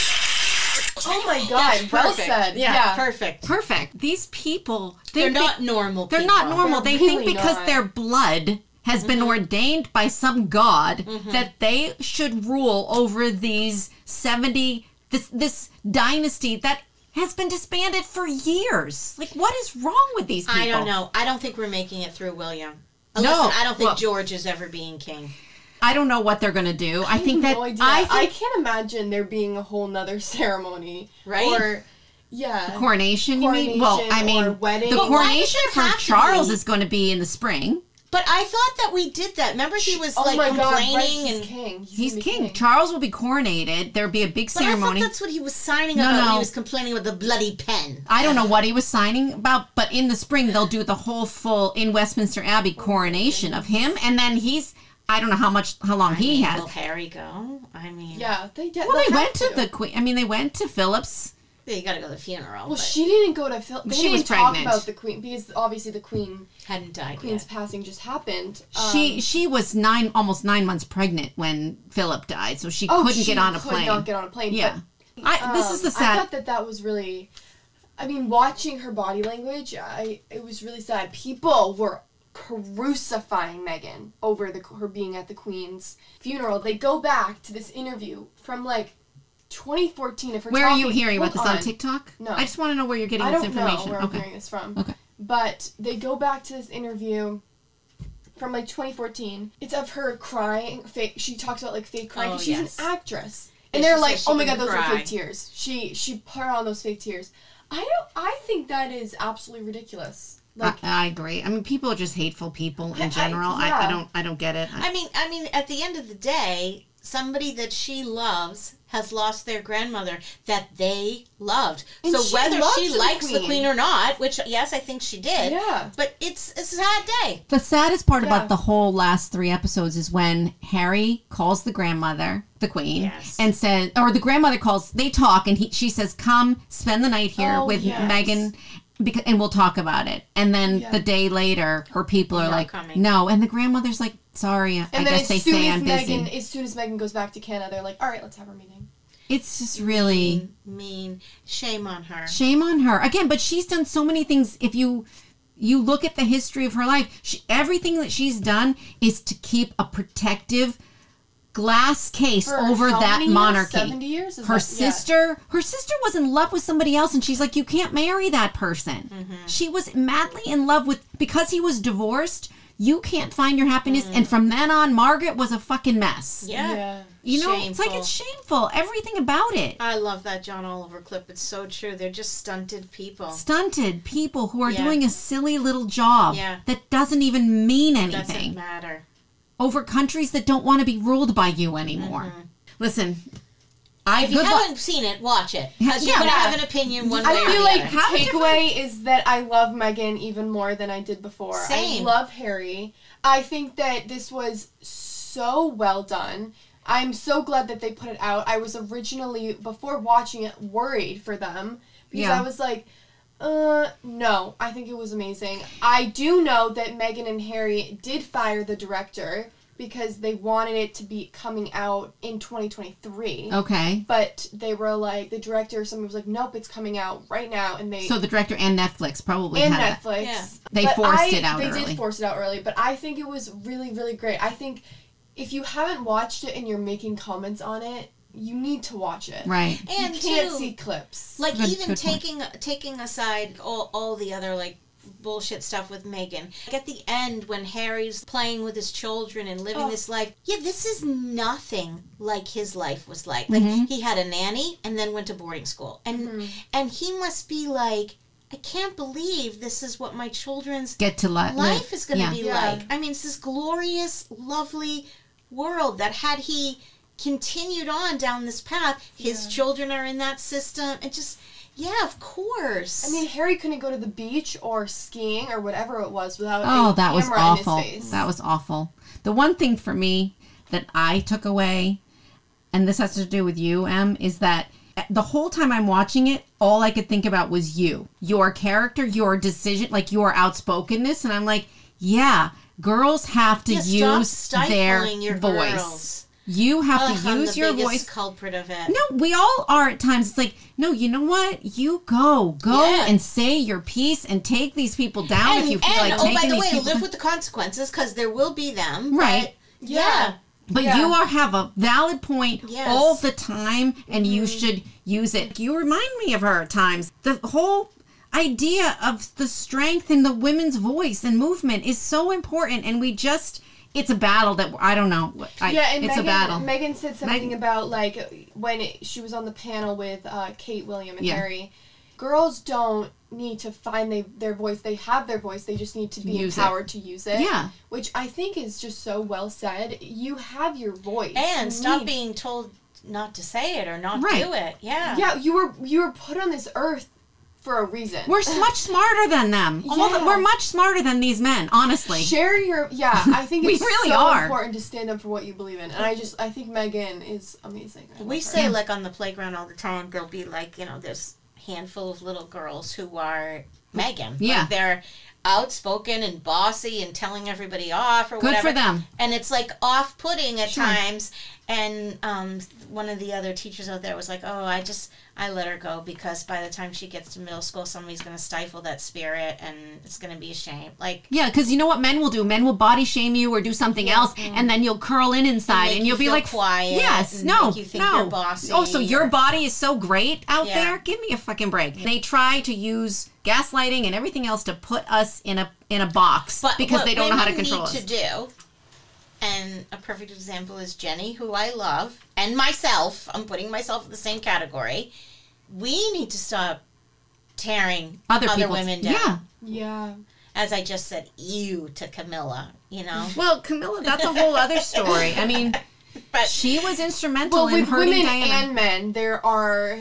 Speaker 3: Oh my god,
Speaker 2: That's
Speaker 3: well
Speaker 2: perfect.
Speaker 3: said.
Speaker 1: Yeah.
Speaker 3: Yeah.
Speaker 2: Perfect.
Speaker 1: Perfect. These people, they
Speaker 2: They're
Speaker 1: think-
Speaker 2: not normal.
Speaker 1: They're not
Speaker 2: people.
Speaker 1: normal. they
Speaker 3: They're
Speaker 1: think
Speaker 3: really
Speaker 1: because
Speaker 3: not.
Speaker 1: their blood has been
Speaker 2: Mm-hmm.
Speaker 1: ordained by some god that they should rule over these 70 this this dynasty that has been disbanded for years. Like what is wrong with these people?
Speaker 2: I don't know. I don't think we're making it through William.
Speaker 1: No.
Speaker 2: Listen, I don't think
Speaker 1: Well-
Speaker 2: George is ever being king.
Speaker 1: I don't know what they're going to do. I,
Speaker 2: <laughs>
Speaker 1: think that
Speaker 3: no idea.
Speaker 1: I
Speaker 3: I,
Speaker 1: think
Speaker 3: can't imagine there being a whole nother <laughs> ceremony,
Speaker 2: Right?
Speaker 3: Or yeah,
Speaker 1: coronation, you mean? Well, I
Speaker 3: Coronation or
Speaker 1: mean
Speaker 3: wedding.
Speaker 1: the
Speaker 3: But
Speaker 2: why
Speaker 1: coronation
Speaker 2: does it
Speaker 1: for
Speaker 2: have to
Speaker 1: Charles
Speaker 2: be-
Speaker 1: is going to be in the spring.
Speaker 2: But I thought that we did that. Remember, he was
Speaker 3: oh
Speaker 2: like
Speaker 3: my god, right,
Speaker 2: complaining
Speaker 3: he's
Speaker 2: and
Speaker 3: king. He's,
Speaker 1: He's
Speaker 3: gonna be
Speaker 1: king. Charles will be coronated. There'll be a big
Speaker 2: But I
Speaker 1: ceremony.
Speaker 2: thought that's what he was signing
Speaker 1: No,
Speaker 2: about. when
Speaker 1: no.
Speaker 2: He was complaining about the bloody pen.
Speaker 1: I don't know what he was signing about, but in the spring they'll do the whole full in Westminster Abbey coronation of him, and then he's I don't know how much how long he has.
Speaker 2: Will Harry go? I mean,
Speaker 3: yeah, they did.
Speaker 1: Well, they went to the Queen. I mean, they went to Phillips.
Speaker 2: you got to go to the funeral.
Speaker 3: Well,
Speaker 2: but
Speaker 3: she didn't go to Phil. They
Speaker 1: She
Speaker 3: didn't
Speaker 1: was
Speaker 3: talk
Speaker 1: pregnant.
Speaker 3: about the queen because obviously the queen
Speaker 2: hadn't died
Speaker 3: queen's
Speaker 2: yet.
Speaker 3: passing just happened.
Speaker 1: she
Speaker 3: Um,
Speaker 1: she was nine almost nine months pregnant when Philip died, so she
Speaker 3: oh,
Speaker 1: couldn't
Speaker 3: she
Speaker 1: get on a
Speaker 3: could
Speaker 1: plane.
Speaker 3: Not get on a plane.
Speaker 1: yeah,
Speaker 3: but
Speaker 1: I, this is
Speaker 3: Um,
Speaker 1: the
Speaker 3: I
Speaker 1: sad.
Speaker 3: thought that that was really. I mean, watching her body language, I it was really sad. People were crucifying Megan over the her being at the Queen's funeral. They go back to this interview from like 2014 of her.
Speaker 1: Where are you
Speaker 3: talking-
Speaker 1: hearing about this
Speaker 3: Hold
Speaker 1: on TikTok?
Speaker 3: No.
Speaker 1: I just want to know where you're getting
Speaker 3: I
Speaker 1: this
Speaker 3: don't know
Speaker 1: information.
Speaker 3: where I'm
Speaker 1: okay,
Speaker 3: hearing this from.
Speaker 1: Okay.
Speaker 3: But they go back to this interview from like 2014. It's of her crying. Fake, she talks about like fake crying.
Speaker 2: Oh,
Speaker 3: 'cause she's
Speaker 2: yes.
Speaker 3: an actress, and,
Speaker 2: And she
Speaker 3: they're
Speaker 2: says
Speaker 3: like,
Speaker 2: she
Speaker 3: "Oh my
Speaker 2: can
Speaker 3: god, those
Speaker 2: cry."
Speaker 3: are fake tears." She she put on those fake tears. I don't. I think that is absolutely ridiculous. Like
Speaker 1: I, I agree. I mean, people are just hateful people
Speaker 3: I- I-
Speaker 1: in general. I, I,
Speaker 3: yeah.
Speaker 1: don't I don't get it. I-
Speaker 2: I mean, I mean, at the end of the day, somebody that she loves has lost their grandmother that they loved.
Speaker 3: And
Speaker 2: so
Speaker 3: she
Speaker 2: whether
Speaker 3: loved
Speaker 2: she
Speaker 3: the
Speaker 2: likes the
Speaker 3: queen.
Speaker 2: queen or not, which yes, I think she did.
Speaker 3: Yeah.
Speaker 2: But it's a sad day.
Speaker 1: The saddest part
Speaker 3: Yeah.
Speaker 1: about the whole last three episodes is when Harry calls the grandmother, the queen,
Speaker 2: Yes.
Speaker 1: and says, or the grandmother calls. They talk, and he, she says, "Come spend the night here
Speaker 3: Oh,
Speaker 1: with
Speaker 3: yes.
Speaker 1: Megan, because, and we'll talk about it." And then
Speaker 3: Yeah.
Speaker 1: the day later, her people are
Speaker 2: Not
Speaker 1: like,
Speaker 2: coming.
Speaker 1: "No," and the grandmother's like, "Sorry, I
Speaker 3: and then
Speaker 1: guess
Speaker 3: as
Speaker 1: they
Speaker 3: soon
Speaker 1: say
Speaker 3: as
Speaker 1: I'm
Speaker 3: Megan,
Speaker 1: busy."
Speaker 3: as soon as Megan goes back to Canada, they're like, "All right, let's have our meeting."
Speaker 1: It's just really
Speaker 3: Mm.
Speaker 2: Mean, shame on her.
Speaker 1: shame on her again. But she's done so many things. If you you look at the history of her life, she, everything that she's done is to keep a protective glass case
Speaker 3: For
Speaker 1: over
Speaker 3: how
Speaker 1: that
Speaker 3: many years?
Speaker 1: monarchy.
Speaker 3: 70 years? Is
Speaker 1: her
Speaker 3: that- yeah.
Speaker 1: sister, her sister was in love with somebody else, and she's like, "You can't marry that person."
Speaker 3: Mm-hmm.
Speaker 1: She was madly in love with because he was divorced. You can't find your happiness,
Speaker 3: Mm.
Speaker 1: and from then on, Margaret was a fucking mess.
Speaker 2: Yeah.
Speaker 1: You know, it's like it's shameful. Everything about it.
Speaker 2: I love that John Oliver clip. It's so true. They're just stunted people.
Speaker 1: Stunted people who are
Speaker 2: Yeah.
Speaker 1: doing a silly little job
Speaker 2: Yeah.
Speaker 1: that doesn't even mean
Speaker 2: Doesn't
Speaker 1: anything
Speaker 2: matter.
Speaker 1: over countries that don't want to be ruled by you anymore. Listen, I
Speaker 2: Mm-hmm. If you
Speaker 1: good luck-
Speaker 2: haven't seen it, watch it. Because
Speaker 1: Yeah.
Speaker 2: you're going to have an opinion one
Speaker 3: I
Speaker 2: way or the
Speaker 3: feel like
Speaker 2: other.
Speaker 1: How
Speaker 3: takeaway is that I love Megan even more than I did before.
Speaker 2: Same.
Speaker 3: I love Harry. I think that this was so well done. I'm so glad that they put it out. I was originally before watching it worried for them because
Speaker 1: Yeah.
Speaker 3: I was like uh no, I think it was amazing. I do know that Megan and Harry did fire the director because they wanted it to be coming out in 2023.
Speaker 1: okay.
Speaker 3: But they were like the director. Someone was like, "Nope, it's coming out right now," and they
Speaker 1: So the director and Netflix probably
Speaker 3: and
Speaker 1: had
Speaker 3: Netflix.
Speaker 2: Yeah.
Speaker 1: They
Speaker 3: But
Speaker 1: forced
Speaker 3: I-
Speaker 1: it out
Speaker 3: They
Speaker 1: early.
Speaker 3: did force it out early, but I think it was really, really great. I think if you haven't watched it and you're making comments on it, you need to watch it.
Speaker 1: it. Right.
Speaker 2: and
Speaker 3: you can't
Speaker 2: too,
Speaker 3: see clips.
Speaker 2: like
Speaker 1: Good-
Speaker 2: even
Speaker 1: good point.
Speaker 2: taking taking aside all, all the other like bullshit stuff with Megan. Like at the end when Harry's playing with his children and living
Speaker 3: Oh.
Speaker 2: this life, yeah, this is nothing like his life was like. Like
Speaker 1: Mm-hmm.
Speaker 2: he had a nanny and then went to boarding school. And and he must be like I can't believe this is what my children's
Speaker 1: Get to li-
Speaker 2: life is going to
Speaker 1: yeah.
Speaker 2: be
Speaker 3: Yeah.
Speaker 2: like. I mean, it's this glorious, lovely world that had he continued on down this path, his children are in that system. It just, yeah, of course.
Speaker 3: I mean, Harry couldn't go to the beach or skiing or whatever it was without
Speaker 1: Oh,
Speaker 3: a
Speaker 1: that was
Speaker 3: camera
Speaker 1: awful.
Speaker 3: in his face.
Speaker 1: That was awful. The one thing for me that I took away, and this has to do with you, Em, is that the whole time I'm watching it, all I could think about was you, your character, your decision, like your outspokenness. And I'm like, yeah, girls have to
Speaker 2: Yeah, stop
Speaker 1: use their
Speaker 2: stifling your
Speaker 1: voice.
Speaker 2: girls.
Speaker 1: You have
Speaker 2: Ugh,
Speaker 1: to
Speaker 2: I'm
Speaker 1: use
Speaker 2: the
Speaker 1: your
Speaker 2: biggest
Speaker 1: voice.
Speaker 2: culprit of it.
Speaker 1: No, we all are at times. It's like, no, you know what? You go, go
Speaker 2: Yeah.
Speaker 1: and say your piece and take these people down
Speaker 2: and,
Speaker 1: if you feel
Speaker 2: and
Speaker 1: like
Speaker 2: oh,
Speaker 1: taking
Speaker 2: by the
Speaker 1: these
Speaker 2: way,
Speaker 1: people.
Speaker 2: live with the consequences because there will be them.
Speaker 1: Right.
Speaker 2: but yeah.
Speaker 1: But
Speaker 3: Yeah.
Speaker 1: you are have a valid point
Speaker 2: Yes.
Speaker 1: all the time, and you
Speaker 3: Mm-hmm.
Speaker 1: should use it. You remind me of her at times. The whole idea of the strength in the women's voice and movement is so important, and we just. It's a battle that I don't know. what- I,
Speaker 3: yeah, and
Speaker 1: it's
Speaker 3: Megan,
Speaker 1: a battle.
Speaker 3: Megan said something
Speaker 1: Meg-
Speaker 3: about like when it, she was on the panel with uh, Kate, William, and
Speaker 1: Yeah.
Speaker 3: Harry. Girls don't need to find they, their voice; they have their voice. They just need to be
Speaker 1: Use it.
Speaker 3: empowered to use it.
Speaker 1: Yeah.
Speaker 3: which I think is just so well said. You have your voice,
Speaker 2: And
Speaker 3: You
Speaker 2: stop
Speaker 3: need-
Speaker 2: being told not to say it or not
Speaker 1: Right.
Speaker 2: do it. Yeah.
Speaker 3: <laughs> Yeah, you were you were put on this earth for a reason.
Speaker 1: we're s- much smarter than them. All the-
Speaker 3: Yeah.
Speaker 1: we're much smarter than these men, honestly.
Speaker 3: <laughs> share your yeah. I
Speaker 1: <laughs>
Speaker 3: think
Speaker 1: We
Speaker 3: it's
Speaker 1: really
Speaker 3: so
Speaker 1: are.
Speaker 3: important to stand up for what you believe in, and I just I think Megan is amazing. I
Speaker 2: We
Speaker 3: love her.
Speaker 1: mm.
Speaker 2: say like on the playground all the time. There'll be like you know there's handful of little girls who are Megan. Like,
Speaker 1: Yeah.
Speaker 2: they're outspoken and bossy and telling everybody off or
Speaker 1: Good
Speaker 2: whatever.
Speaker 1: for them.
Speaker 2: And it's like off-putting at times. And um, one of the other teachers out there was like, "Oh, I just I let her go because by the time she gets to middle school, somebody's going to stifle that spirit and it's going to be a shame." Like
Speaker 1: Yeah, because you know what men will do? Men will body shame you or do something else, and then you'll curl in inside,
Speaker 2: make
Speaker 1: and
Speaker 2: you
Speaker 1: you'll be
Speaker 2: feel
Speaker 1: like,
Speaker 2: quiet
Speaker 1: Yes,
Speaker 2: and
Speaker 1: no,
Speaker 2: make you think
Speaker 1: no.
Speaker 2: you're bossy
Speaker 1: Oh, so your
Speaker 2: or-
Speaker 1: body is so great out
Speaker 2: Yeah.
Speaker 1: there? Give me a fucking break. They try to use gaslighting and everything else to put us in a in a box because
Speaker 2: what
Speaker 1: they don't know how to
Speaker 2: women
Speaker 1: control
Speaker 2: need
Speaker 1: us.
Speaker 2: to do and a perfect example is jenny who i love and myself i'm putting myself in the same category we need to stop tearing
Speaker 1: Other
Speaker 2: other,
Speaker 1: people,
Speaker 2: women down
Speaker 1: yeah.
Speaker 3: yeah.
Speaker 2: as i just said ew to camilla
Speaker 1: <laughs>
Speaker 2: you know
Speaker 1: Well, Camilla, that's a whole other story. I
Speaker 2: <laughs>
Speaker 1: mean,
Speaker 2: but
Speaker 1: she was instrumental
Speaker 3: Well,
Speaker 1: in
Speaker 3: with
Speaker 1: hurting
Speaker 3: women
Speaker 1: Diana.
Speaker 3: and men, there are,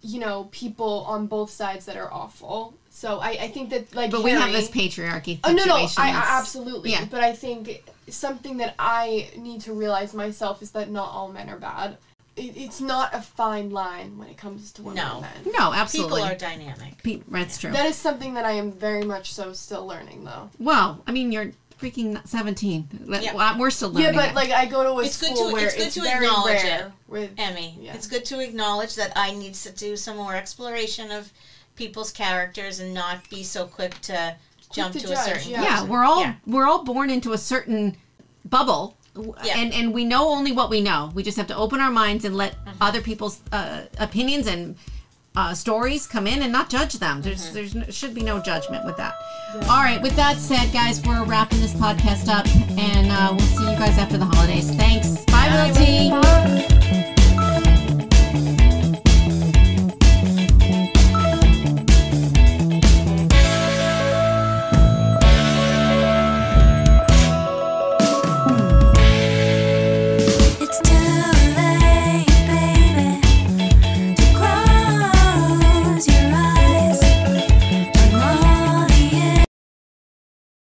Speaker 3: you know, people on both sides that are awful. So I, I think that like.
Speaker 1: but we have
Speaker 3: Harry-
Speaker 1: this patriarchy.
Speaker 3: Oh no no! I,
Speaker 1: situation
Speaker 3: I
Speaker 1: that's-
Speaker 3: absolutely.
Speaker 1: yeah.
Speaker 3: But I think something that I need to realize myself is that not all men are bad. It, it's not a fine line when it comes to women
Speaker 2: No.
Speaker 3: and men.
Speaker 1: No,
Speaker 2: people
Speaker 1: absolutely.
Speaker 2: are dynamic
Speaker 1: Pe- that's true.
Speaker 3: That is something that I am very much so still learning though.
Speaker 1: Wow, I mean, you're freaking 17. Like,
Speaker 2: Yeah.
Speaker 1: well, We're still learning.
Speaker 3: yeah, but
Speaker 1: it.
Speaker 3: like I go to a
Speaker 2: It's good
Speaker 3: school
Speaker 2: to-
Speaker 3: where
Speaker 2: it's
Speaker 3: it's,
Speaker 2: good to
Speaker 3: very
Speaker 2: acknowledge
Speaker 3: rare with
Speaker 2: Emmy.
Speaker 3: Yeah.
Speaker 2: It's good to acknowledge that I need to do some more exploration of people's characters and not be so quick to
Speaker 5: jump
Speaker 3: to
Speaker 5: to, a
Speaker 3: judge,
Speaker 5: certain.
Speaker 3: yeah.
Speaker 1: yeah we're all
Speaker 5: Yeah.
Speaker 1: we're all born into a certain bubble w-
Speaker 5: Yeah.
Speaker 1: and and we know only what we know we just have to open our minds and let
Speaker 5: Mm-hmm.
Speaker 1: other people's uh, opinions and uh, stories come in and not judge them there's
Speaker 5: Mm-hmm.
Speaker 1: there's no, should be no judgment with that all right with that said guys we're wrapping this podcast up and uh, we'll see you guys after the holidays thanks